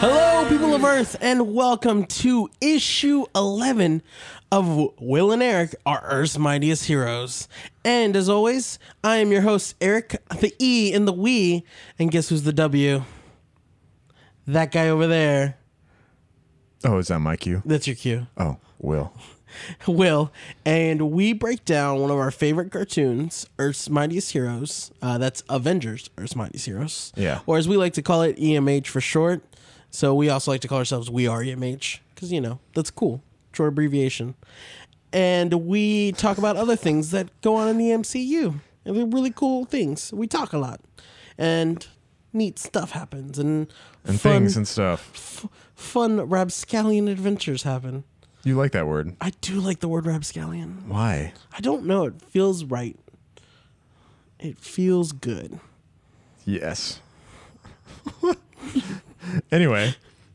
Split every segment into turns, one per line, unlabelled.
Hello, people of Earth, and welcome to issue 11 of Will and Eric, our Earth's Mightiest Heroes. And as always, I am your host, Eric, the E and the we. And guess who's the W? That guy over there.
Oh, is that my cue?
That's your cue.
Oh, Will.
Will, and we break down one of our favorite cartoons, Earth's Mightiest Heroes. Uh, that's Avengers, Earth's Mightiest Heroes.
Yeah.
Or as we like to call it, EMH for short. So we also like to call ourselves We Are E EMH because, you know, that's cool. Short abbreviation. And we talk about other things that go on in the MCU. And they're really cool things. We talk a lot. And neat stuff happens. And,
And
fun,
things and stuff.
fun rabscallion adventures happen.
You like that word.
I do like the word rabscallion.
Why?
I don't know. It feels right. It feels good.
Yes. anyway,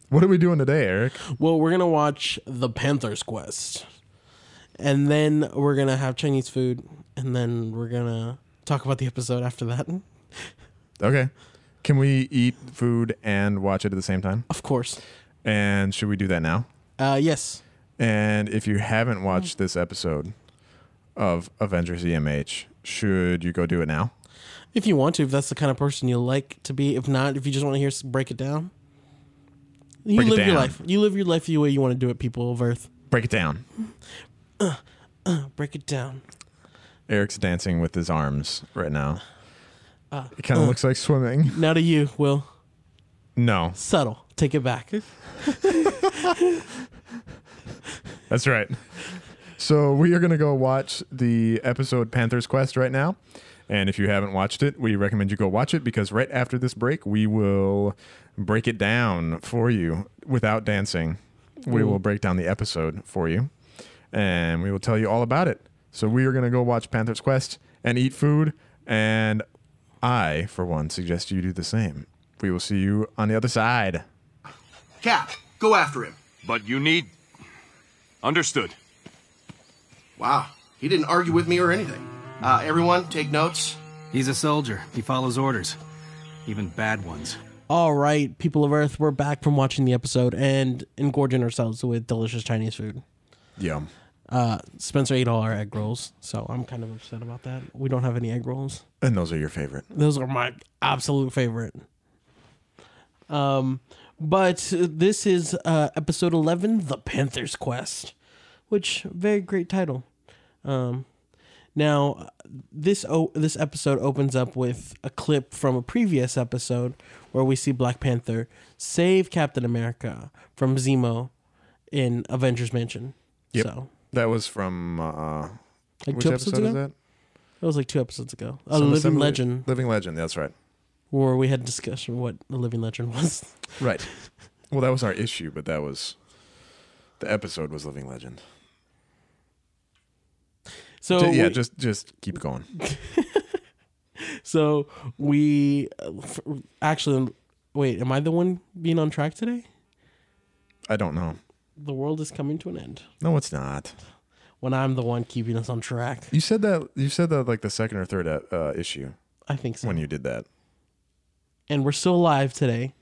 what are we doing today, Eric?
Well, we're gonna watch The Panther's Quest, and then we're gonna have Chinese food, and then we're gonna talk about the episode after that.
Okay. Can we eat food and watch it at the same time?
Of course.
And should we do that now?
Uh, yes.
And if you haven't watched this episode of Avengers EMH, should you go do it now?
If you want to, if that's the kind of person you like to be. If not, if you just want to hear us break it down, you
Break it
live your
down.
life. You live your life the way you want to do it. People of Earth,
Break it down.
break it down.
Eric's dancing with his arms right now. it kind of looks like swimming.
Now to you, Will.
No,
Subtle. Take it back.
That's right. So we are going to go watch the episode Panther's Quest right now. And if you haven't watched it, we recommend you go watch it because right after this break, we will break it down for you without dancing. We will break down the episode for you and we will tell you all about it. So we are going to go watch Panther's Quest and eat food. And I, for one, suggest you do the same. We will see you on the other side.
Cap, go after him.
But you need. Understood.
Wow, he didn't argue with me or anything. Uh, everyone, take notes.
He's a soldier. He follows orders, even bad ones.
All right, people of Earth, we're back from watching the episode and engorging ourselves with delicious Chinese food.
Yum.
Uh, Spencer ate all our egg rolls, so I'm kind of upset about that. We don't have any egg rolls.
And those are your favorite.
Those are my absolute favorite. Um, but this is uh, episode 11, The Panther's Quest, which very great title. Um, now this o- this episode opens up with a clip from a previous episode where we see Black Panther save Captain America from Zemo in Avengers Mansion.
Yep.
So
That was from uh,
like
Which
two
episode
episodes ago.
is that?
It was like two episodes ago. A
Some
Living
assembly-
Legend,
Living Legend, that's right.
where we had discussion what a Living Legend was.
Right. Well, that was our issue, but that was the episode was Living Legend.
So
Ju- yeah,
we-
just just keep going.
so we uh, f- actually wait. Am I the one being on track today?
I don't know.
The world is coming to an end.
No, it's not.
When I'm the one keeping us on track,
You said that you said that like the second or third uh, issue
I think so.
when you did that.
and we're still alive today.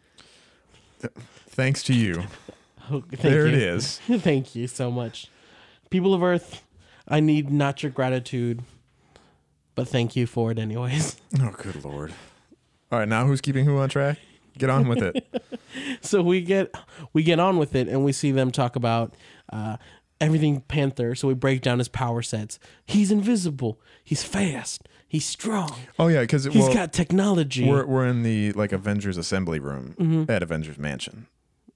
Thanks to you.
Oh, thank
there it
you.
is.
thank you so much, people of Earth. I need not your gratitude, but thank you for it anyways.
Oh, good lord. All right, now who's keeping who on track? Get on with it.
so we get we get on with it and we see them talk about uh, everything panther so we break down his power sets he's invisible he's fast he's strong
Oh yeah, because
He's
well,
got technology
we're we're in the like Avengers assembly room
Mm-hmm.
at Avengers Mansion.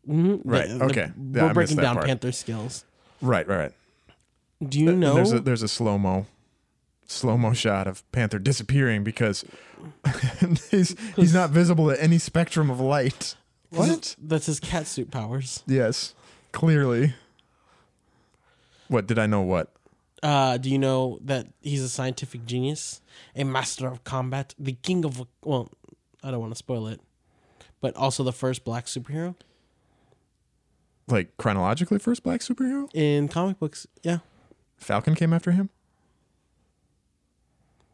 Right.
The- the-
okay. Yeah, I
Mm-hmm. we're
missed
breaking
that
down
part.
panther skills
Right. Right. Right.
do you know
There's a there's a slow mo, slow mo shot of Panther disappearing because he's he's not visible at any spectrum of light. What?
that's his cat suit powers
Yes, clearly. What did I know? What?
uh, do you know that he's a scientific genius a master of combat the king of well i don't want to spoil it but also the first black superhero
Like chronologically, first black superhero
in comic books yeah
Falcon came after him.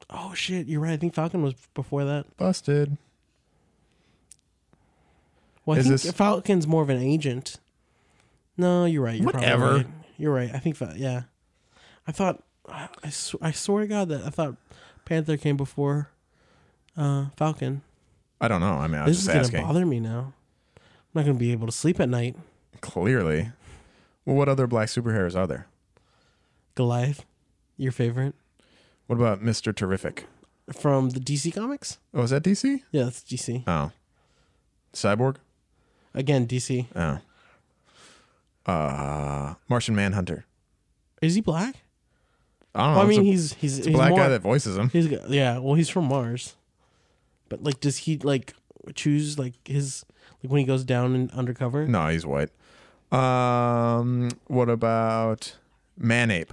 oh shit you're right i think falcon was before that
Busted.
Well, I
Is
think
this-
Falcon's more of an agent. No, you're right. You're
Whatever.
Probably right. You're right. I think Fal- yeah. I thought I, I sw- I swear to God that I thought Panther came before uh, Falcon.
I don't know. I mean, I was
This is
just
gonna
asking.
bother me now. I'm not gonna be able to sleep at night.
Clearly. Well, what other black superheroes are there?
Goliath, your favorite
What about Mister Terrific?
from the DC comics?
Oh, is that DC?
Yeah, that's DC.
Oh, Cyborg.
Again, DC.
Oh, uh, Martian Manhunter.
Is he black?
I don't know.
Well, I
Oh, it's
mean,
a
he's he's, he's
black
more,
guy that voices him.
He's got- yeah. Well, he's from Mars, but like, does he like choose like his like when he goes down and undercover?
No, he's white. Um, what about Manape?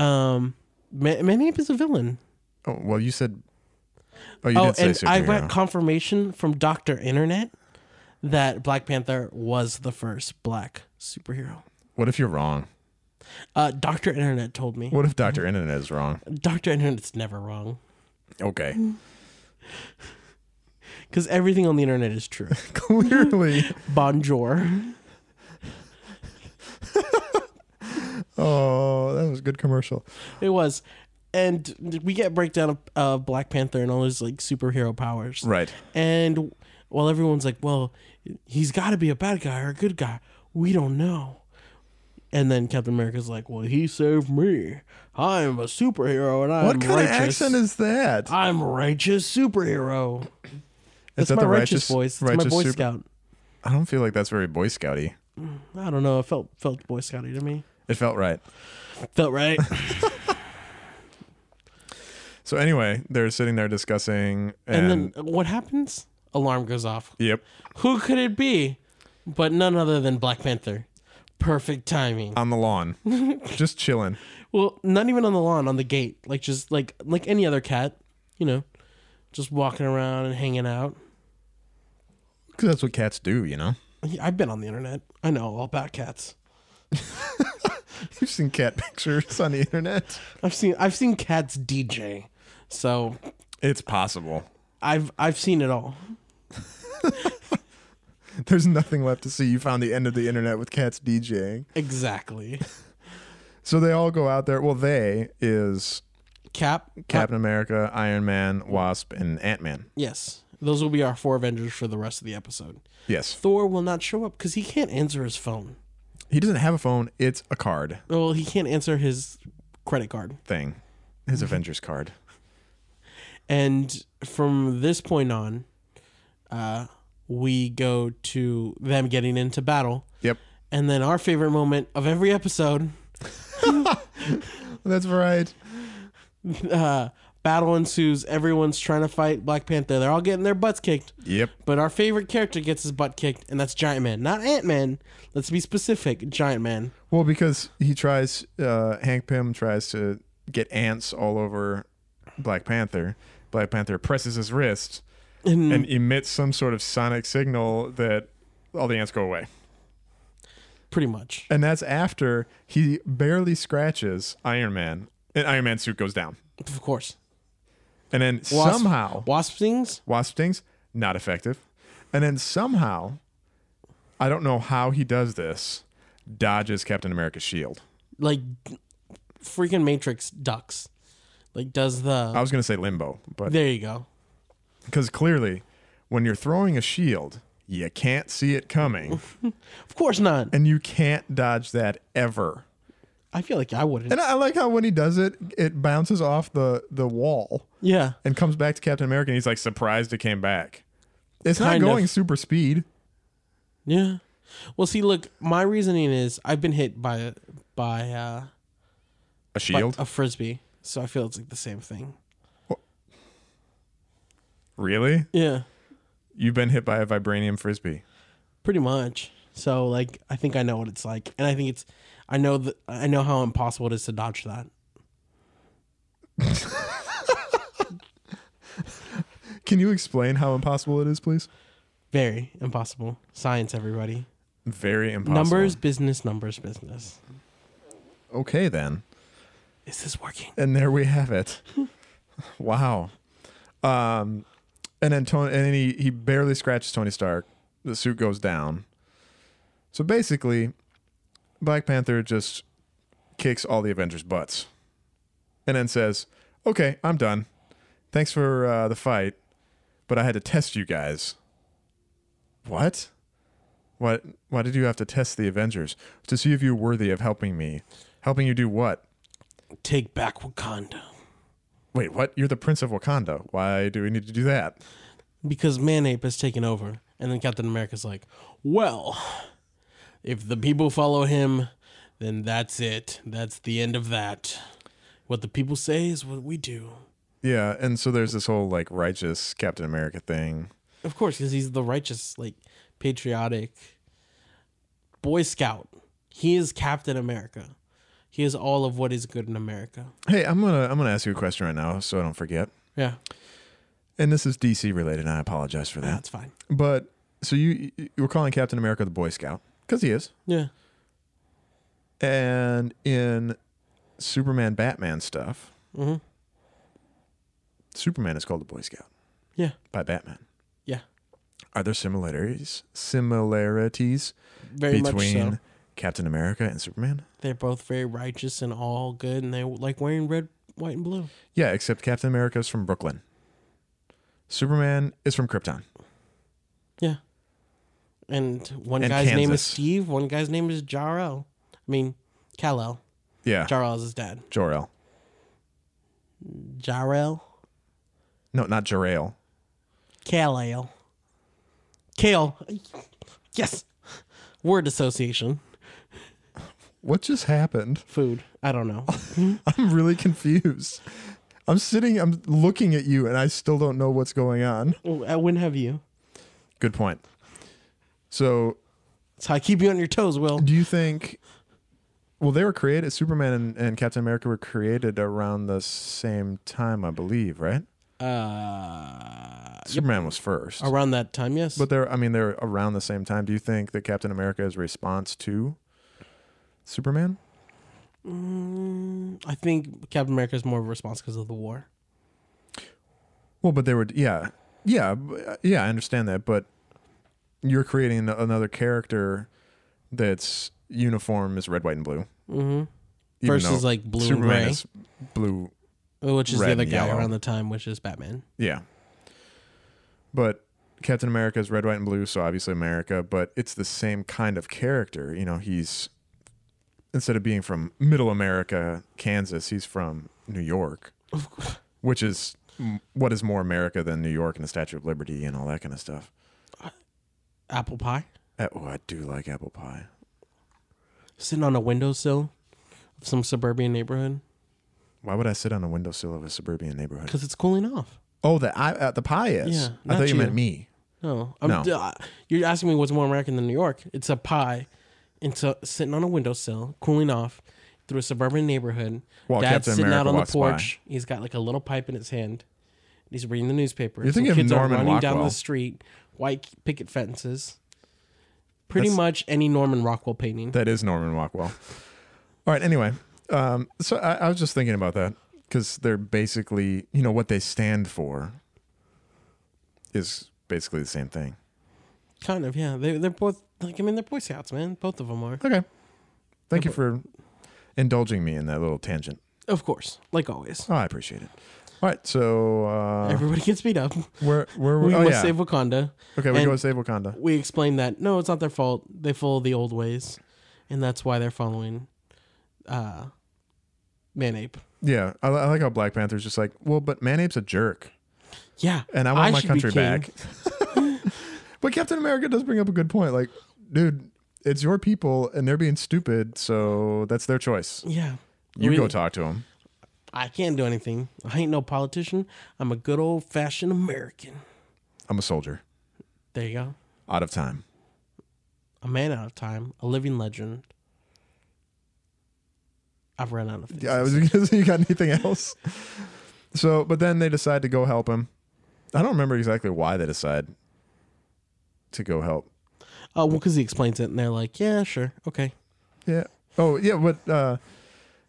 Um, Ma- Manape is a villain.
Oh, well, you said. Oh, you
oh,
did
and
say
I got
superhero.
confirmation from Doctor Internet that Black Panther was the first black superhero.
what if you're wrong?
Uh, Doctor Internet told me.
What if Doctor Internet is wrong?
Doctor Internet's never wrong
Okay,
Mm. because everything on the internet is true.
clearly.
Bonjour.
Oh, that was a good commercial.
It was. And we get breakdown of uh, Black Panther and all his like superhero powers.
Right.
And while everyone's like, well, he's got to be a bad guy or a good guy, we don't know. And then Captain America's like, well, he saved me. I'm a superhero and I'm
What kind
righteous.
of accent is that?
I'm a righteous superhero. That's
that
my
the
righteous,
righteous-
voice. That's my
righteous
Boy
super-
Scout.
I don't feel like that's very Boy Scouty.
I don't know. It felt felt Boy Scouty to me.
It felt right.
Felt right.
So anyway, they're sitting there discussing, and,
and then what happens? Alarm goes off.
yep,
Who could it be? But none other than Black Panther. Perfect timing.
on the lawn, just chilling.
well, not even on the lawn, on the gate. Like just like like any other cat, you know, just walking around and hanging out.
Because that's what cats do, you know.
I've been on the internet. I know all about cats.
You've seen cat pictures on the internet.
I've seen I've seen cats DJ. So,
It's possible.
I've I've seen it all.
There's nothing left to see. You found the end of the internet with cats DJing.
Exactly.
So they all go out there. Well, they is
Cap
Captain America, Iron Man, Wasp, and Ant Man.
Yes. Those will be our four Avengers for the rest of the episode.
Yes.
Thor will not show up cuz he can't answer his phone.
He doesn't have a phone. It's a card
Well, he can't answer his credit card.
thing. His Avengers card.
And from this point on, uh, we go to them getting into battle.
Yep.
And then our favorite moment of every episode
That's right.
uh, battle ensues. Everyone's trying to fight Black Panther. They're all getting their butts kicked.
Yep.
But our favorite character gets his butt kicked, and that's Giant Man. Not Ant Man. Let's be specific Giant Man.
Well, because he tries, uh, Hank Pym tries to get ants all over Black Panther. Black Panther presses his wrist and emits some sort of sonic signal that all the ants go away.
Pretty much.
And that's after he barely scratches Iron Man, and Iron Man's suit goes down.
Of course.
And then
Wasp-
somehow,
Wasp Things?
wasp stings, not effective. And then somehow, I don't know how he does this, dodges Captain America's shield.
Like freaking Matrix ducks. Like, does
I
the.
was going to say limbo, but
There you go.
because clearly, when you're throwing a shield, you can't see it coming,
Of course not.
and you can't dodge that ever.
I feel like I wouldn't.
And I like how when he does it, it bounces off the the wall.
yeah.
and comes back to Captain America and he's like surprised it came back. It's
Kind
not
of.
going super speed.
Yeah. Well, see, look, my reasoning is I've been hit by by uh
A
by
shield?
a frisbee, so I feel it's like the same thing.
really?
Yeah,
You've been hit by a vibranium frisbee.
pretty much. So like I think I know what it's like, and I think it's I know that I know how impossible it is to dodge that.
Can you explain how impossible it is, please?
Very impossible. Science, everybody.
Very impossible.
Numbers, business, numbers, business.
Okay, then.
Is this working?
And there we have it. wow. Um, and then Tony, and then he he barely scratches Tony Stark. The suit goes down. So basically, Black Panther just kicks all the Avengers' butts, and then says, "Okay, I'm done. Thanks for uh, the fight, but I had to test you guys." What? What? Why did you have to test the Avengers to see if you're worthy of helping me? Helping you do what?
Take back Wakanda.
Wait, what? You're the Prince of Wakanda. Why do we need to do that?
Because Manape has taken over. And then Captain America's like, well, if the people follow him, then that's it. That's the end of that. What the people say is what we do.
Yeah, and so there's this whole like righteous Captain America thing.
Of course, because he's the righteous, like, patriotic Boy Scout. He is Captain America. He is all of what is good in America.
Hey, I'm gonna I'm gonna ask you a question right now, so I don't forget.
Yeah,
And this is DC related, and I apologize for that.
that's fine.
But so you you were calling Captain America the Boy Scout because he is,
Yeah.
and in Superman Batman stuff,
Mhm.
Superman is called the Boy Scout
Yeah.
by Batman.
Yeah.
Are there similarities similarities
Very
between
much so.
Captain America and Superman?
They're both very righteous and all good, and they like wearing red, white, and blue.
Yeah, except Captain America is from Brooklyn. Superman is from Krypton.
Yeah. And one
And
guy's name is
Kansas.
Steve. One guy's name is Jarl. I mean, Kal-El.
Yeah,
Jarl is his dad.
Jor-El.
Jarl.
No, not Jor-El.
Kal-El. Kale. Yes. Word association.
What just happened?
Food. I don't know.
I'm really confused. I'm sitting, I'm looking at you, and I still don't know what's going on.
Uh, when have you?
Good point. So,
That's how I keep you on your toes, Will.
do you think? Well, they were created. Superman and, and Captain America were created around the same time, I believe, right?
Uh,
Superman was first,
around that time, yes.
but they're. I mean, they're around the same time. Do you think that Captain America is a response to Superman?
I think Captain America is more of a response because of the war.
Well, but they were, yeah, yeah, b- yeah. I understand that, but you're creating an- another character that's uniform is red, white, and blue. Mm-hmm.
Versus, like, blue and
Superman
gray.
is blue.
Which is
Red
the other
and
guy
yellow.
around the time, which is Batman.
Yeah, but Captain America is red, white, and blue. So obviously America, but it's the same kind of character. You know, he's instead of being from Middle America, Kansas, he's from New York, which is m- what is more America than New York and the Statue of Liberty and all that kind of stuff.
Apple pie
Uh, Oh, I do like apple pie.
sitting on a windowsill of some suburban neighborhood
Why would I sit on a windowsill of a suburban neighborhood?
because it's cooling off.
Oh, the I, uh, the pie is.
Yeah,
I
not
thought
you.
you, meant me.
No, I'm,
No.
uh, you're asking me what's more American than New York? It's a pie, and so sitting on a windowsill, cooling off through a suburban neighborhood.
While
Dad's
Captain
sitting
America
out on the
walks
porch. He's got like a little pipe in his hand. He's reading the newspaper.
You're
Some
thinking of
kids
Norman
are running down
Rockwell.
the street, white picket fences. Pretty
That's-
much any Norman Rockwell painting.
That is Norman Rockwell. all right. Anyway, um, so I, I was just thinking about that because they're basically, you know, what they stand for is basically the same thing.
Kind of, yeah. They they're both like I mean they're Boy Scouts, man. Both of them are.
Okay. Thank you for indulging me in that little tangent.
Of course, like always.
Oh, I appreciate it. All right. So uh,
Everybody gets beat up.
where where were
We
we? Oh,
must
yeah.
save Wakanda.
okay, we
and-
go to save Wakanda.
We explain that no, it's not their fault. They follow the old ways, and that's why they're following uh Manape.
Yeah, I, li- I like how Black Panther's just like, well, but Manape's a jerk.
Yeah.
and I want my
should be
country
king.
back. but Captain America does bring up a good point. Like, dude, it's your people, and they're being stupid, so that's their choice.
Yeah.
You
We-
go talk to them.
I can't do anything. I ain't no politician. I'm a good old fashioned American.
I'm a soldier,
There you go.
out of time.
A man out of time, a living legend. I've run out of things.
Yeah, I was gonna say, you got anything else? So, but then they decide to go help him. I don't remember exactly why they decide to go help.
Oh, well, because he explains it, and they're like, "Yeah, sure, okay."
Yeah. Oh, yeah. But uh,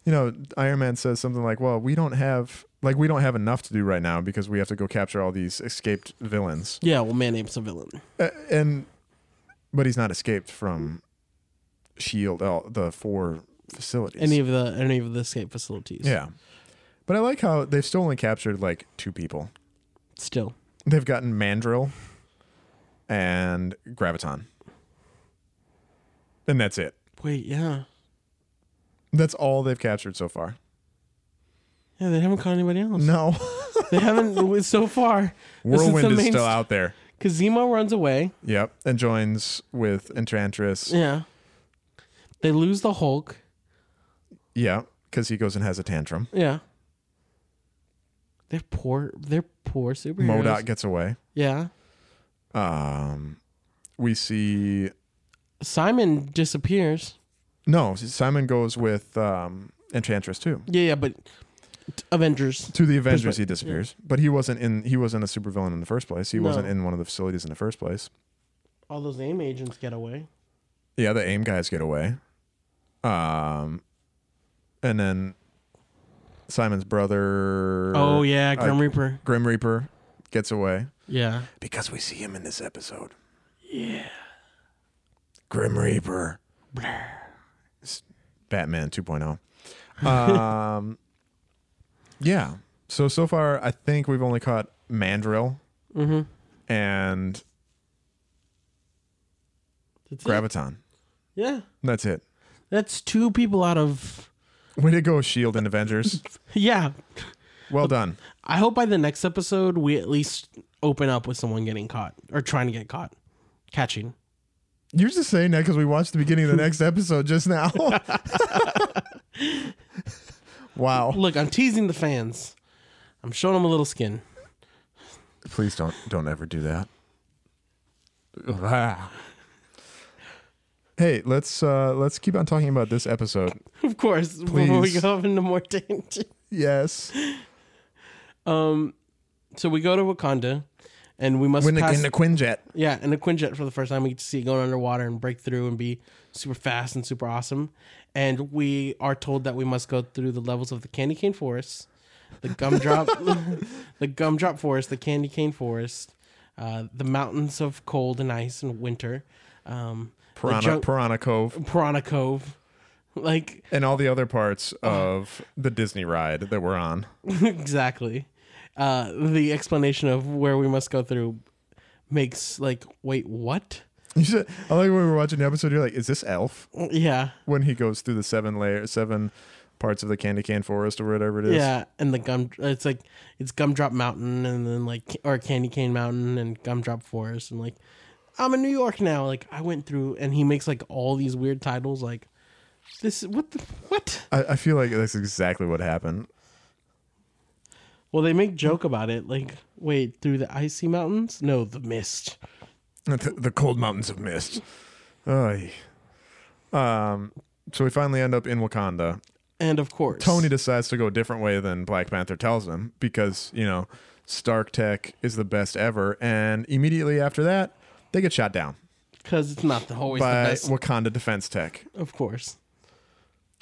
you know, Iron Man says something like, "Well, we don't have like we don't have enough to do right now because we have to go capture all these escaped villains.
Yeah, well, Man Ape's a villain.
Uh, and but he's not escaped from Shield, uh, the four facilities.
Any of the any of the escape facilities.
yeah, but I like how they've still only captured like two people.
Still.
They've gotten Mandrill and Graviton, and that's it.
Wait, yeah.
That's all they've captured so far.
Yeah, they haven't caught anybody else.
No,
They haven't so far.
Whirlwind is still out there.
Because Zemo runs away.
Yep, and joins with Enchantress.
Yeah. They lose the Hulk.
Yeah, because he goes and has a tantrum.
Yeah. They're poor. They're poor superheroes.
Modot gets away.
Yeah.
We see
Simon disappears.
no Simon goes with um, Enchantress too
Yeah, yeah, but Avengers.
to the Avengers. He disappears, but he wasn't in. He wasn't a supervillain in the first place. He
No.
wasn't in one of the facilities in the first place.
All those AIM agents get away.
Yeah, the AIM guys get away. Um, and then Simon's brother.
Oh yeah, Grim
uh,
Reaper.
Grim Reaper gets away.
Yeah.
Because we see him in this episode. Yeah. Grim Reaper. It's Batman 2.0. Um, yeah. So, so far, I think we've only caught Mandrill
Mm-hmm.
and
That's it.
Graviton.
Yeah.
That's it.
That's two people out of
Way to go, S.H.I.E.L.D. E and Avengers.
Yeah.
Well done.
I hope by the next episode we at least open up with someone getting caught or trying to get caught. Catching.
You're just saying that because we watched the beginning of the next episode just now. wow.
Look, I'm teasing the fans. I'm showing them a little skin.
Please don't don't ever do that. Ah. Hey, let's uh let's keep on talking about this episode.
Of course, before we
Please.
go into more tangent.
Yes.
So we go to Wakanda and we must pass
Quinjet.
Yeah, and a Quinjet for the first time. We get to see it going underwater and break through and be super fast and super awesome. And we are told that we must go through the levels of the candy cane forest, the gumdrop, the gumdrop forest, the candy cane forest, uh, the mountains of cold and ice and winter, um, the
Piranha,
jung-
Piranha Cove
Piranha Cove, like
and all the other parts of the Disney ride that we're on.
exactly. Uh, the explanation of where we must go through makes like wait what?
You said, I like when we were watching the episode, you're like, is this Elf?
Yeah.
When he goes through the seven layer seven parts of the candy cane forest or whatever it is.
Yeah, and the gum. It's like it's Gumdrop Mountain, and then like or Candy Cane Mountain and Gumdrop Forest, and like I'm in New York now. Like I went through, and he makes like all these weird titles. Like this, what the what?
I, I feel like that's exactly what happened.
Well, they make joke about it. Like wait, through the icy mountains? No, the mist.
The, the cold mountains of mist. Ay. Um, so we finally end up in Wakanda.
And of course,
Tony decides to go a different way than Black Panther tells him because, you know, Stark Tech is the best ever. And immediately after that, they get shot down
because it's not the always the
by
best.
Wakanda Defense Tech
Of course,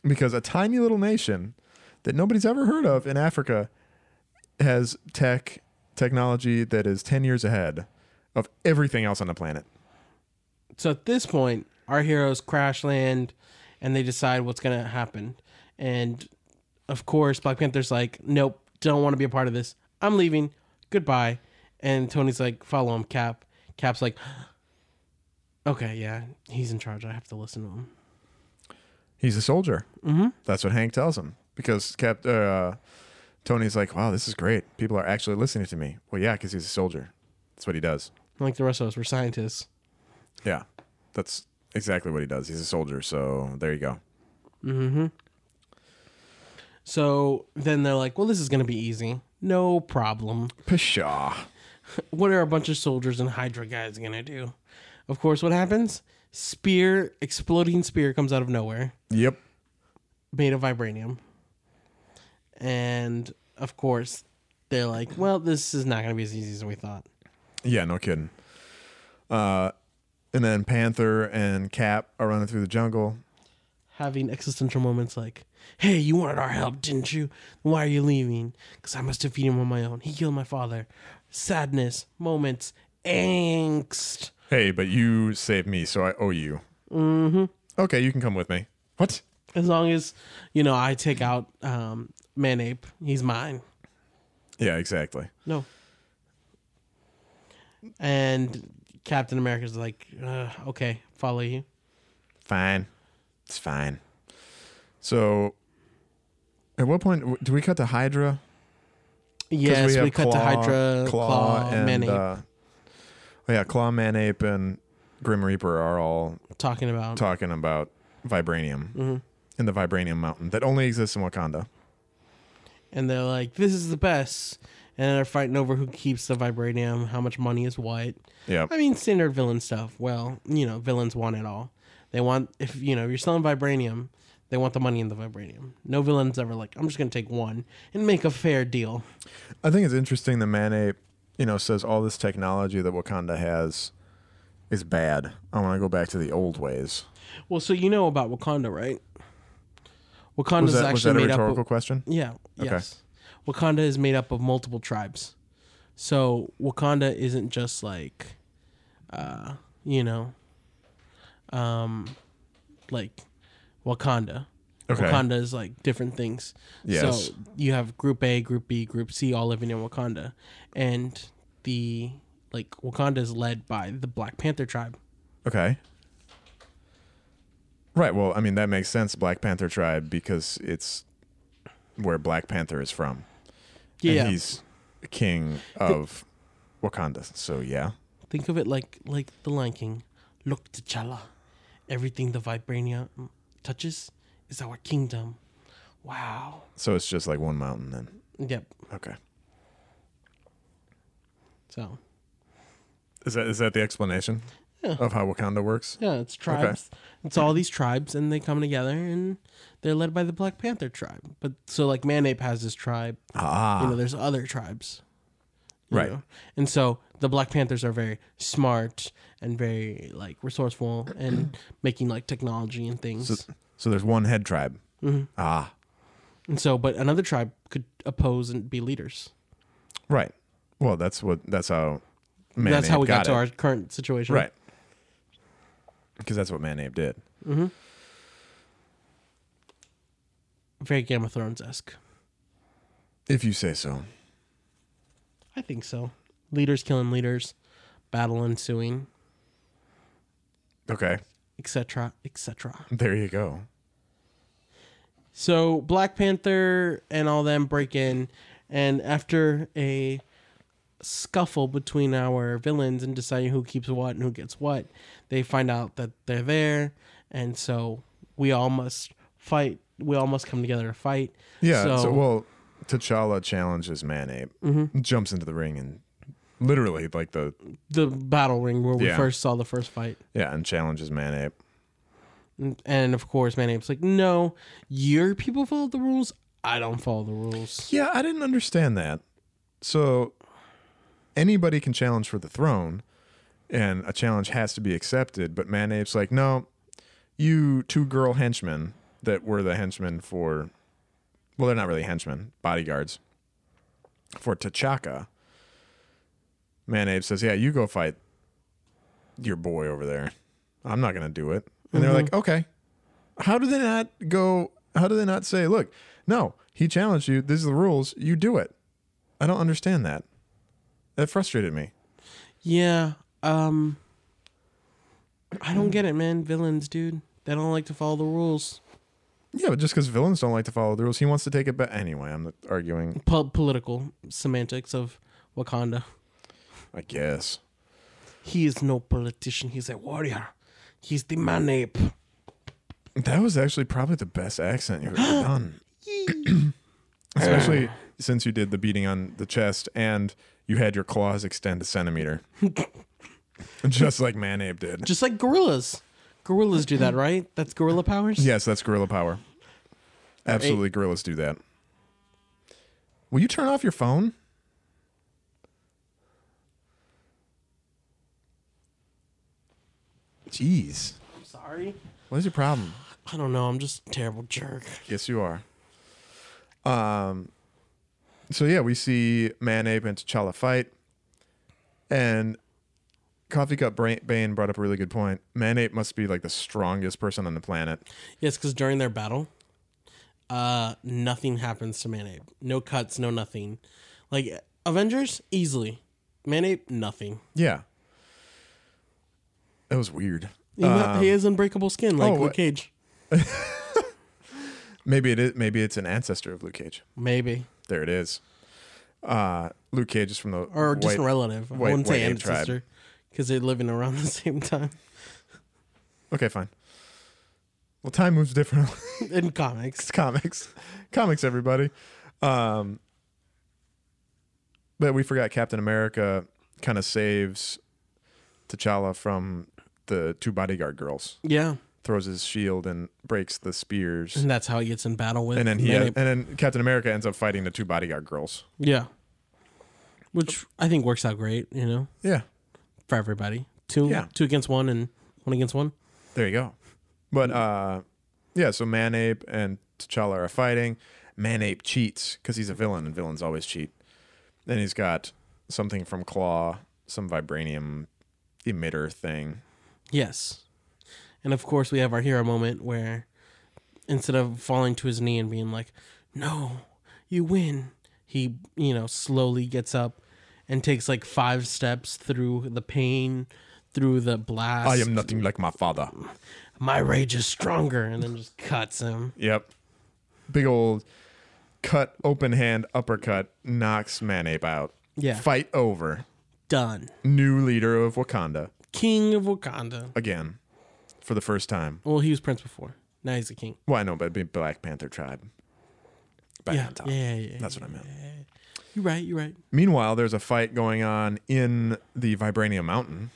because a tiny little nation that nobody's ever heard of in Africa has tech technology that is 10 years ahead of everything else on the planet.
so at this point, our heroes crash land, and they decide what's gonna happen. And of course, Black Panther's like, "Nope, don't want to be a part of this. I'm leaving. Goodbye." And Tony's like, "Follow him, Cap." Cap's like, "Okay, yeah, he's in charge. I have to listen to him."
He's a soldier. Mm-hmm. That's what Hank tells him because Cap, uh, Tony's like, wow, this is great. People are actually listening to me. Well, yeah, because he's a soldier. That's what he does.
Like the rest of us, we're scientists.
Yeah, that's exactly what he does. He's a soldier. So there you go.
So then they're like, "Well, this is gonna be easy. No problem."
Pshaw.
what are a bunch of soldiers and Hydra guys gonna do? Of course, what happens? Spear, exploding spear comes out of nowhere,
Yep.
made of vibranium. And of course, they're like, well, this is not gonna be as easy as we thought.
Yeah, no kidding. Uh, and then Panther and Cap are running through the jungle.
Having existential moments like, Hey, you wanted our help, didn't you? Why are you leaving? Because I must defeat him on my own. He killed my father. Sadness, moments, angst.
Hey, but you saved me, so I owe you. Mm-hmm. Okay, you can come with me. What?
As long as, you know, I take out um, Manape, he's mine.
Yeah, exactly.
No. And Captain America's like, uh, okay, follow you.
Fine. It's fine. So, at what point w- do we cut to Hydra? 'Cause
Yes, we,
have
cut to
Claw-
Hydra, Claw, Manape
uh, oh yeah, Claw, Manape, and Grim Reaper are all
talking about.
talking about vibranium
Mm-hmm.
in the vibranium mountain that only exists in Wakanda.
and they're like, this is the best. And they're fighting over who keeps the vibranium, how much money is what.
Yeah,
I mean, standard villain stuff. Well, you know, villains want it all. They want, if you know, you're selling vibranium, they want the money in the vibranium. No villain's ever like, I'm just going to take one and make a fair deal.
I think it's interesting that Manape, you know, says all this technology that Wakanda has is bad. I want to go back to the old ways.
Well, so you know about Wakanda, right?
Was
Wakanda's
that, was
actually
that a
made up.
rhetorical
Of,
question?
yeah.
Okay.
Yes. Wakanda is made up of multiple tribes, so Wakanda isn't just like, uh, you know, um, like Wakanda.
Okay.
Wakanda is like different things.
Yes.
So you have Group A, Group B, Group C, all living in Wakanda, and the like Wakanda is led by the Black Panther tribe.
Okay. Right. Well, I mean that makes sense. Black Panther tribe because it's where Black Panther is from.
Yeah.
And he's king of Wakanda. So yeah.
Think of it like like the Lion King. Look, T'Challa. Everything the vibranium touches is our kingdom. Wow.
So it's just like one mountain then.
Yep.
Okay.
So
Is that is that the explanation of how Wakanda works?
yeah, it's tribes. It's all these tribes, and they come together, and they're led by the Black Panther tribe. But so like Manape has his tribe.
Ah.
You know, there's other tribes. you
Right.
know? And so the Black Panthers are very smart and very like resourceful and making like technology and things.
So there's one head tribe. Ah.
and so, but another tribe could oppose and be leaders.
Right. Well, that's what that's how Manape
That's how we got, to
it.
our current situation.
Right. Because that's what Manape did.
Very Game of Thrones esque.
If you say so.
I think so. Leaders killing leaders, battle ensuing,
Okay.
etc., etc.
There you go.
So Black Panther and all them break in, and after a scuffle between our villains and deciding who keeps what and who gets what, they find out that they're there, and so we all must fight. We all must come together to fight.
Yeah. So, well, T'Challa challenges Manape, jumps into the ring, and literally like the
the battle ring where we
Yeah.
first saw the first fight.
yeah, and challenges Manape.
And of course, Manape's like, no, your people follow the rules. I don't follow the rules.
Yeah, I didn't understand that. So anybody can challenge for the throne, and a challenge has to be accepted. But Manape's like, no, you two girl henchmen that were the henchmen for, well, they're not really henchmen, bodyguards for T'Chaka. Manape says, yeah, you go fight your boy over there. I'm not gonna do it. And they're like, okay, how do they not go how do they not say look no he challenged you these are the rules you do it i don't understand that that frustrated me
Yeah. Um, I don't get it, man. Villains, dude. They don't like to follow the rules.
yeah but just because villains don't like to follow the rules he wants to take it back anyway i'm not arguing
Po- political semantics of Wakanda.
i guess
He is no politician. He's a warrior. He's the man ape.
that was actually probably the best accent you've ever done especially since you did the beating on the chest and you had your claws extend a centimeter just like manape did
Just like gorillas. Gorillas do that, right? That's gorilla powers?
Yes, that's gorilla power. Absolutely, gorillas do that. Will you turn off your phone? Jeez,
Sorry.
what is your problem?
I don't know. I'm just a terrible jerk.
Yes, you are. Um, so yeah, we see Manape and T'Challa fight, and Coffee Cup Bra- Bane brought up a really good point. Manape must be like the strongest person on the planet.
Yes, because during their battle, uh, nothing happens to Manape. No cuts, no nothing. Like Avengers, easily. Manape, nothing.
Yeah, that was weird.
He, mu- he has unbreakable skin, like
Um, oh,
Luke
what-
Cage.
Maybe it is. Maybe it's an ancestor of Luke Cage.
Maybe.
There it is. Uh, Luke Cage is from the
Or a
white-
distant relative. I
white-
wouldn't say
white
aunt
ape tribe.
sister. Because they're living around the same time
Okay, fine. Well, time moves differently.
in comics.
it's comics, comics, everybody. Um, but we forgot Captain America kind of saves T'Challa from the two bodyguard girls,
Yeah.
throws his shield and breaks the spears,
And that's how he gets in battle with
and then he uh,
Manape.
and then Captain America ends up fighting the two bodyguard girls.
Yeah. Which I think works out great, you know,
Yeah,
for everybody. Two
Yeah.
two against one and one against one.
there you go. But uh, yeah, so Manape and T'Challa are fighting. Manape cheats because he's a villain, and villains always cheat. Then he's got something from Claw, some vibranium emitter thing.
Yes. And of course, we have our hero moment where instead of falling to his knee and being like, no, you win, he, you know, slowly gets up and takes like five steps through the pain, through the blast.
I am nothing like my father.
My rage is stronger. And then just cuts him.
Yep. Big old cut, open hand uppercut knocks Manape out.
Yeah.
Fight over.
Done.
New leader of Wakanda
King of Wakanda.
again for the first time.
Well, he was prince before. Now he's a king.
Well, I know, but it'd be Black Panther tribe. Back
Yeah.
on top.
Yeah, yeah, yeah.
That's what I meant.
You're right. You're right.
Meanwhile, there's a fight going on in the Vibranium Mountain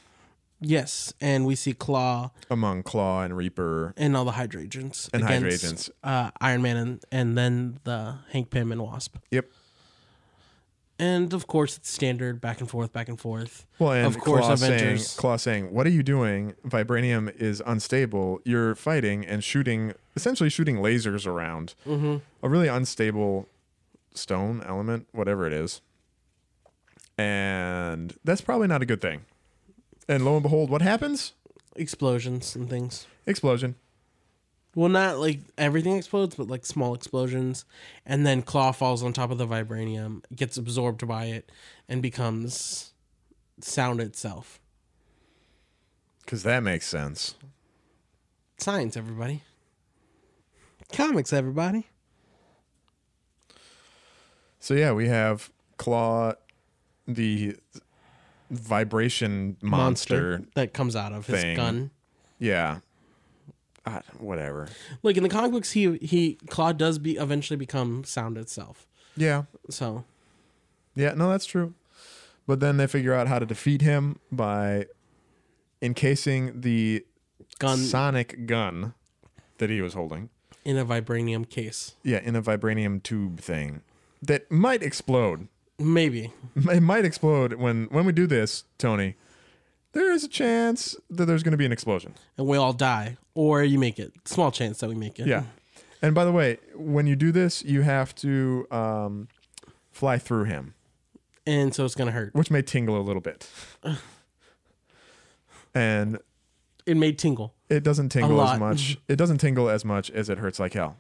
Yes. And we see Claw
among Claw and Reaper.
and all the Hydra agents
And Hydra
against,
agents.
uh, Iron Man, and, and then the Hank Pym and Wasp,
Yep.
and of course it's standard back and forth, back and forth.
Well, and
of course
Claw
Avengers.
saying, Claw saying, "What are you doing? Vibranium is unstable. You're fighting and shooting, essentially shooting lasers around
Mm-hmm.
a really unstable stone element, whatever it is, and that's probably not a good thing." And lo and behold, what happens?
explosions and things.
Explosion.
Well, not like everything explodes, but like small explosions, and then Claw falls on top of the vibranium, gets absorbed by it, and becomes sound itself.
Because that makes sense.
Science, everybody. Comics, everybody.
So yeah, we have Claw, the vibration monster.
that comes out of his
thing.
gun.
Yeah. Ah, whatever.
Like in the comic books, he he Claw does be eventually become sound itself.
Yeah.
So
Yeah, no, that's true. But then they figure out how to defeat him by encasing the
gun
sonic gun that he was holding.
in a vibranium case,
Yeah, in a vibranium tube thing that might explode.
maybe.
It might explode when when we do this, Tony. There is a chance that there's going to be an explosion.
And we all die, or you make it. Small chance that we make it.
Yeah. And by the way, when you do this, you have to um, fly through him,
And so it's gonna hurt.
which may tingle a little bit. and
It may tingle.
it doesn't tingle
lot.
as much. It doesn't tingle as much as it hurts like hell.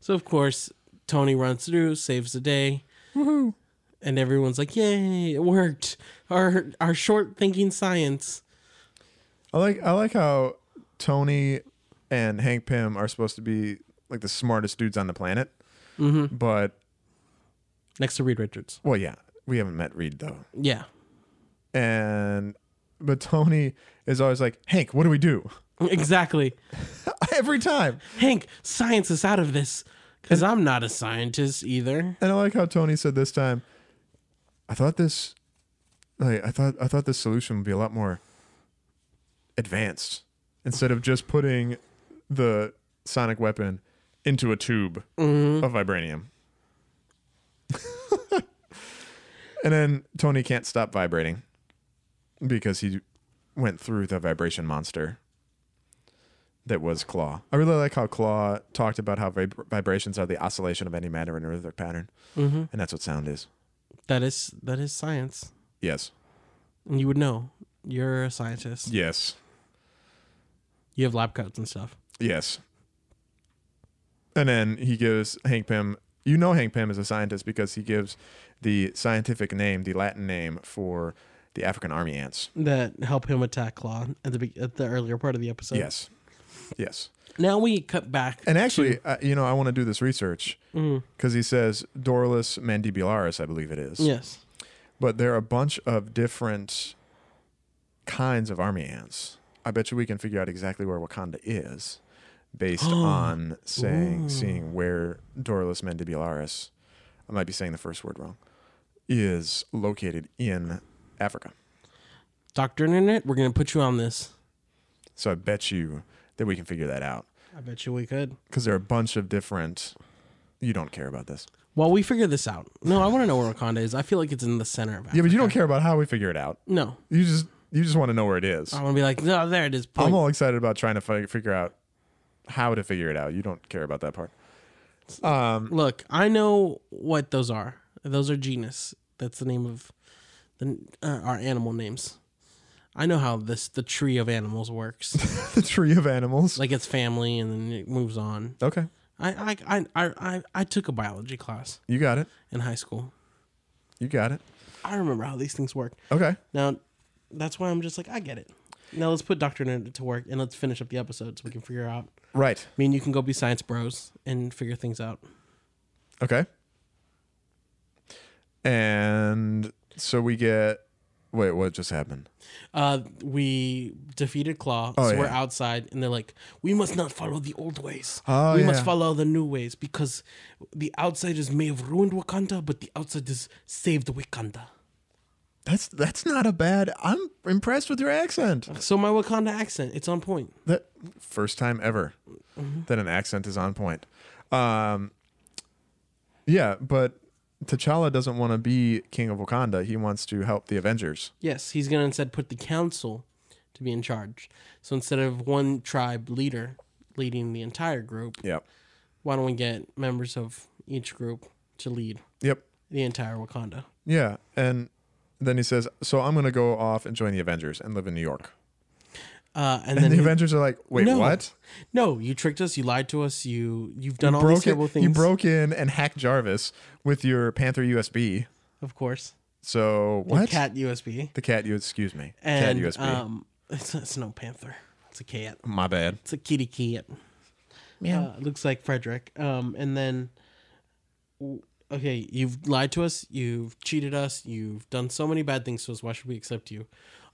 So of course, Tony runs through, saves the day. Woohoo! And everyone's like, "Yay! It worked." Our our short thinking science.
I like I like how Tony and Hank Pym are supposed to be like the smartest dudes on the planet. But
Next to Reed Richards.
well, yeah, we haven't met Reed though,
Yeah.
and but Tony is always like Hank, what do we do?
Exactly.
Every time,
Hank, science is out of this. Because I'm not a scientist either.
and I like how Tony said this time. I thought this, like I thought I thought this solution would be a lot more advanced instead of just putting the sonic weapon into a tube of vibranium. and then Tony can't stop vibrating because he went through the vibration monster. that was Claw. I really like how Claw talked about how vib- vibrations are the oscillation of any matter in a rhythmic pattern, mm-hmm. and that's what sound is.
That is that is science.
Yes,
And you would know. You're a scientist.
yes,
You have lab coats and stuff.
yes. And then he gives Hank Pym. You know Hank Pym is a scientist because he gives the scientific name, the Latin name for the African army ants.
that help him attack Claw at the be- at the earlier part of the episode.
Yes, yes.
Now we cut back.
And actually, uh, you Mm. know, I want to do this research because he says Doralus mandibularis, I believe it is.
yes.
But there are a bunch of different kinds of army ants. I bet you we can figure out exactly where Wakanda is based on saying seeing where Doralus mandibularis, I might be saying the first word wrong, is located in Africa.
Doctor Internet, we're gonna put you on this.
So I bet you that we can figure that out
I bet you we could.
because there are a bunch of different. You don't care about this.
Well, we figure this out. No, I want to know where Wakanda is. I feel like it's in the center of Africa.
Yeah, but you don't care about how we figure it out.
no,
You just you just want to know where it is.
I want to be like, no, there it is.
I'm
Point.
all excited about trying to fi- figure out how to figure it out. You don't care about that part.
Look, I know what those are. Those are genus. That's the name of the uh, our animal names. I know how this the tree of animals works.
the tree of animals.
like it's family, and then it moves on.
okay,
I I I I, I, I took a biology class.
you got it.
in high school.
You got it.
I remember how these things work.
Okay.
Now, that's why I'm just like, I get it. Now let's put Doctor Nerd to work and let's finish up the episode so we can figure out.
Right.
I mean, you can go be science bros and figure things out.
Okay. And so we get. Wait, what just happened?
Uh, we defeated Claw,
Oh,
so we're
yeah.
outside, and they're like, "We must not follow the old ways.
Oh,
we must
yeah.
follow the new ways because the outsiders may have ruined Wakanda, but the outsiders saved Wakanda."
That's that's not a bad. I'm impressed with your accent.
So my Wakanda accent—it's on point.
That first time ever that an accent is on point. Um, yeah, but T'Challa doesn't want to be king of Wakanda. He wants to help the Avengers.
Yes, he's going to instead put the council to be in charge. So instead of one tribe leader leading the entire group,
Yep.
why don't we get members of each group to lead
Yep.
the entire Wakanda?
Yeah, and then he says, "So I'm going to go off and join the Avengers and live in New York."
Uh, and,
And
then
the
he-
Avengers are like, "Wait,
no,
what?"
No, you tricked us. You lied to us. You you've done all these
Broke
terrible
it,
things.
you broke in and hacked Jarvis with your Panther USB.
of course.
So
Your
what?
Cat USB
The cat. You excuse me.
and
cat USB.
um, it's, it's no panther. It's a cat.
My bad.
It's a kitty cat. Yeah, uh, looks like Frederick. Um, and then, w- okay, you've lied to us. You've cheated us. You've done so many bad things to us. Why should we accept you?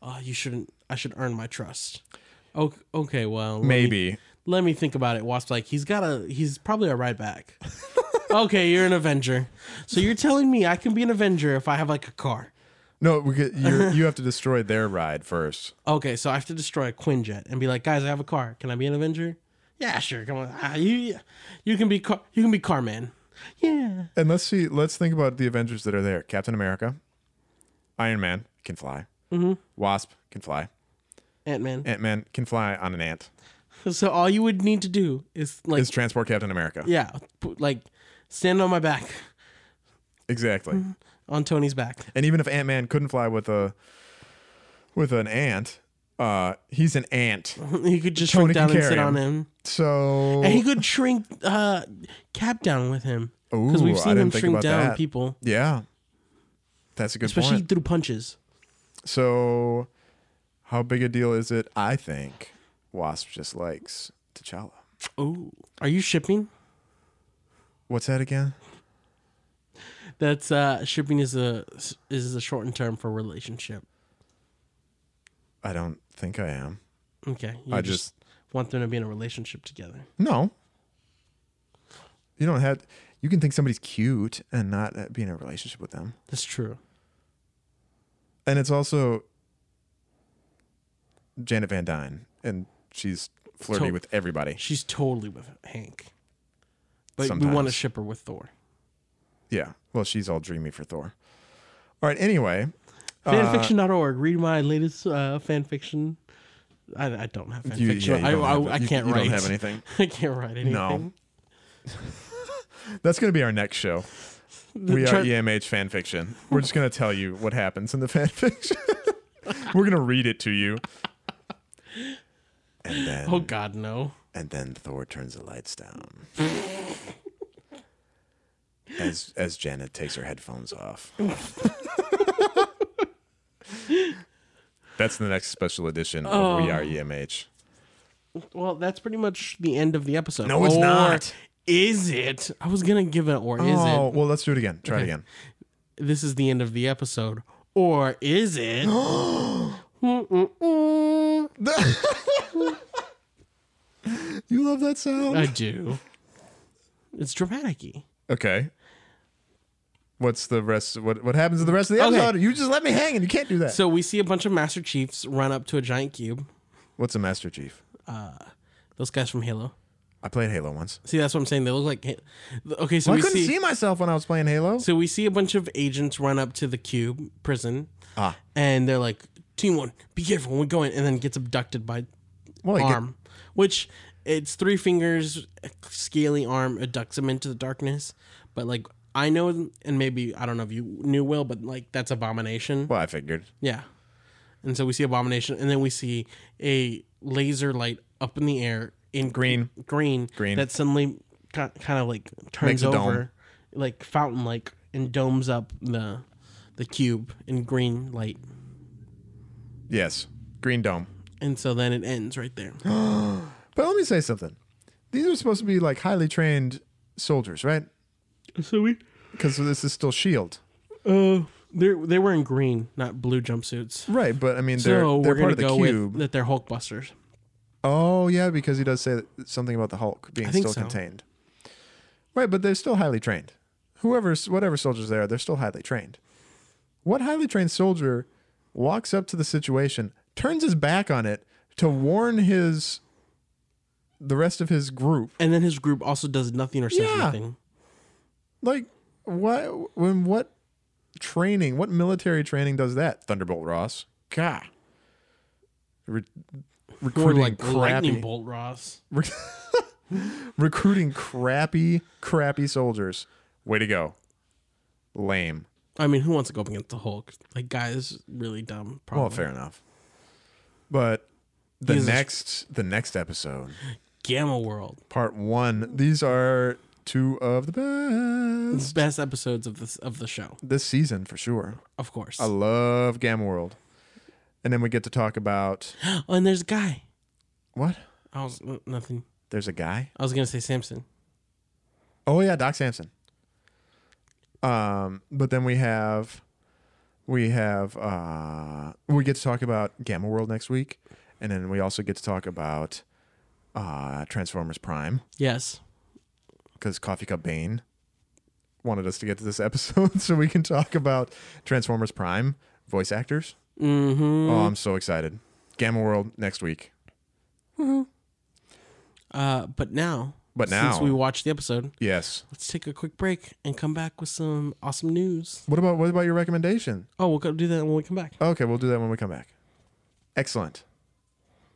Uh, you shouldn't. I should earn my trust. Okay, okay well, let me-
Maybe.
let me think about it. Wasp's like, he's got a, he's probably a ride back. okay, you're an Avenger. So you're telling me I can be an Avenger if I have like a car.
No, we get, you you have to destroy their ride first.
Okay, so I have to destroy a Quinjet and be like, guys, I have a car. Can I be an Avenger? Yeah, sure. Come on, ah, you, you can be car, you can be Carman. Yeah.
And let's see. Let's think about the Avengers that are there. Captain America, Iron Man can fly.
Mm-hmm.
Wasp can fly.
Ant Man.
Ant Man can fly on an ant.
So all you would need to do is like,
Is transport Captain America.
yeah, put, like stand on my back,
Exactly.
Mm-hmm. on Tony's back.
And even if Ant Man couldn't fly with a with an ant, uh, he's an ant.
He could just
Tony
shrink down
can
and sit
carry
on
him.
him,
So
and he could shrink uh, Cap down with him because
Ooh,
we've
I
seen him
didn't think
shrink
about
down
that.
people,
yeah, that's a good
especially
point.
through punches.
So how big a deal is it? I think Wasp just likes T'Challa.
Oh, are you shipping?
What's that again?
That's uh, shipping is a is a shortened term for relationship.
I don't think I am.
Okay. You
I
just, want them to be in a relationship together.
No. You don't have. You can think somebody's cute and not uh, be in a relationship with them.
That's true.
And it's also Janet Van Dyne, and she's flirty
To-
with everybody.
She's totally with Hank. But we want to
Sometimes.
ship her with Thor.
Yeah. Well, she's all dreamy for Thor. All right. Anyway,
Fanfiction.org. Read my latest uh, fanfiction uh, I, I don't have fan
You-
fiction.
yeah, you
I,
don't
I,
have it.
I
You-
can't
you
write
don't have anything.
I can't write anything.
No. That's going to be our next show. We are
Try-
EMH fan fiction. We're just going to tell you what happens in the fan fiction. We're going to read it to you. And then,
Oh God, no.
and then Thor turns the lights down. as as Janet takes her headphones off. That's the next special edition of
Oh.
We Are E EMH.
Well, that's pretty much the end of the episode.
No, it's
Or
not.
Is it? I was gonna give it. Or is
oh, well, let's do it again. Try it again.
it? This is the end of the episode. Or is it?
You love that sound?
I do. It's dramatic
Okay. What's the rest? What what happens to the rest of the
Okay.
episode? You just let me hang, and you can't do that.
So we see a bunch of Master Chiefs run up to a giant cube.
What's a Master Chief?
Those guys from Halo.
I played Halo once.
See, that's what I'm saying. They look like. Ha- Okay, so
I
we
couldn't see,
see,
myself when I was playing Halo.
So we see a bunch of agents run up to the cube prison.
Ah.
And they're like, "Team one, be careful when we go in," and then gets abducted by
Well, you get-
arm, which it's three fingers, a scaly arm abducts him into the darkness. But like I know, and maybe I don't know if you knew Will, but like that's abomination.
well, I figured.
Yeah. And so we see abomination, and then we see a laser light up in the air in
Green.
green,
Green.
that suddenly kind of like
Makes
turns
a dome.
over, like fountain like, and domes up the the cube in green light,
Yes, Green Dome.
and so then it ends right there.
But let me say something. These are supposed to be like highly trained soldiers, right?
so we,
Because this is still Shield,
uh, they they were in green, not blue jumpsuits.
right? But I mean, they're
So
they're
we're
part
gonna
of the
go
cube.
with that they're Hulkbusters.
Oh yeah, because he does say that- something about the Hulk being
I think
still
so.
contained. Right, but they're still highly trained. Whoever, whatever soldiers they are, they're still highly trained. What highly trained soldier walks up to the situation, turns his back on it to warn his the rest of his group?
And then his group also does nothing or says
Yeah.
nothing.
Like, what? When what training? What military training does that? Thunderbolt Ross. God. Re-
Or
recruiting
like lightning
crappy-
bolt, Ross.
recruiting crappy, crappy soldiers. Way to go. Lame.
I mean, who wants to go up against the Hulk? Like, guys, really dumb. Probably.
Well, fair enough. But the
These are-
next the next episode,
Gamma World,
part one, these are two of the best
best episodes of this of the show,
this season for sure.
of course.
I love Gamma World. And then we get to talk about
oh, and there's a guy.
what?
I was uh, nothing.
There's a guy?
I was gonna say Samson.
Oh yeah, Doc Samson. Um, but then we have we have uh we get to talk about Gamma World next week, and then we also get to talk about uh Transformers Prime
Yes.
because Coffee Cup Bane wanted us to get to this episode so we can talk about Transformers Prime voice actors. Mm-hmm. Oh, I'm so excited! Gamma World next week.
Uh, but now,
But
since
now-
we watched the episode,
Yes.
let's take a quick break and come back with some awesome news.
What about what about your recommendation?
Oh, we'll go do that when we come back.
Okay, we'll do that when we come back. Excellent.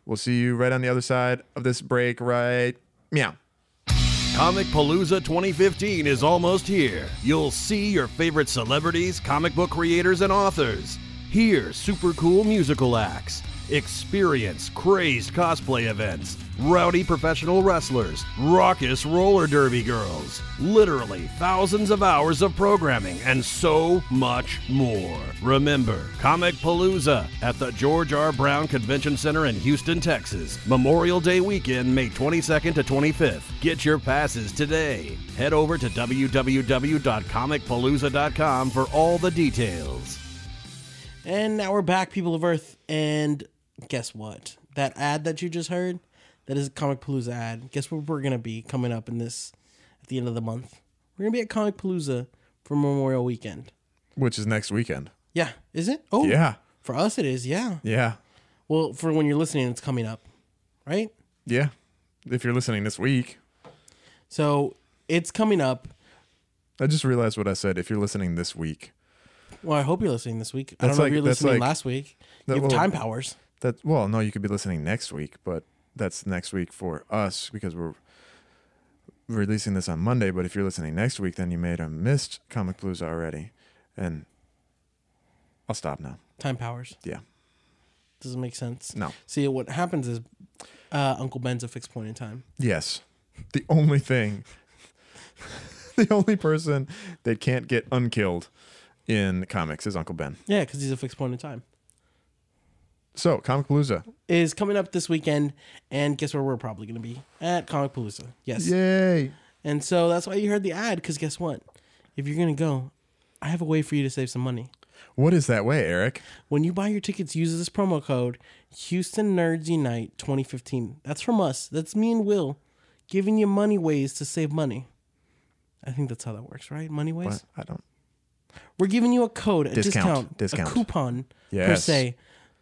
We'll see you right on the other side of this break, right? Meow.
Comic Palooza 2015 is almost here. You'll see your favorite celebrities, comic book creators, and authors. Hear super cool musical acts. Experience crazed cosplay events, rowdy professional wrestlers, raucous roller derby girls, literally thousands of hours of programming, and so much more. Remember, Comic Palooza at the George R. Brown Convention Center in Houston, Texas, Memorial Day weekend, May 22nd to 25th. Get your passes today. Head over to www.comicpalooza.com for all the details.
And now we're back, people of Earth. And guess what? That ad that you just heard, that is a Comic Palooza ad. Guess what we're gonna be coming up in this at the end of the month? We're gonna be at Comic Palooza for Memorial Weekend.
Which is next weekend.
Yeah, is it? Oh,
Yeah.
For us, it is. Yeah.
Yeah.
Well, for when you're listening, it's coming up, right?
Yeah. If you're listening this week,
So it's coming up.
I just realized what I said. If you're listening this week,
Well, I hope you're listening this week. I
That's
don't know
like-
if you're
that's
listening
like-
last week.
that
You have
will-
time powers.
That well, no, you could be listening next week, but that's next week for us because we're releasing this on Monday. But if you're listening next week, then you may have missed Comic Blues already. And I'll stop now.
Time powers.
Yeah.
Doesn't make sense.
No.
See, what happens is uh, Uncle Ben's a fixed point in time.
Yes. The only thing, the only person that can't get unkilled in comics is Uncle Ben.
Yeah, because he's a fixed point in time.
So, Comic Palooza.
Is coming up this weekend, and guess where we're probably going to be? At Comic Palooza. Yes.
Yay.
And so that's why you heard the ad, because guess what? If you're going to go, I have a way for you to save some money.
What is that way, Eric?
When you buy your tickets, use this promo code Houston Nerds Unite 2015. That's from us. That's me and Will giving you money ways to save money. I think that's how that works, right? Money ways?
What? I don't.
We're giving you a code, a discount,
Discount,
a
discount.
coupon per
Yes.
se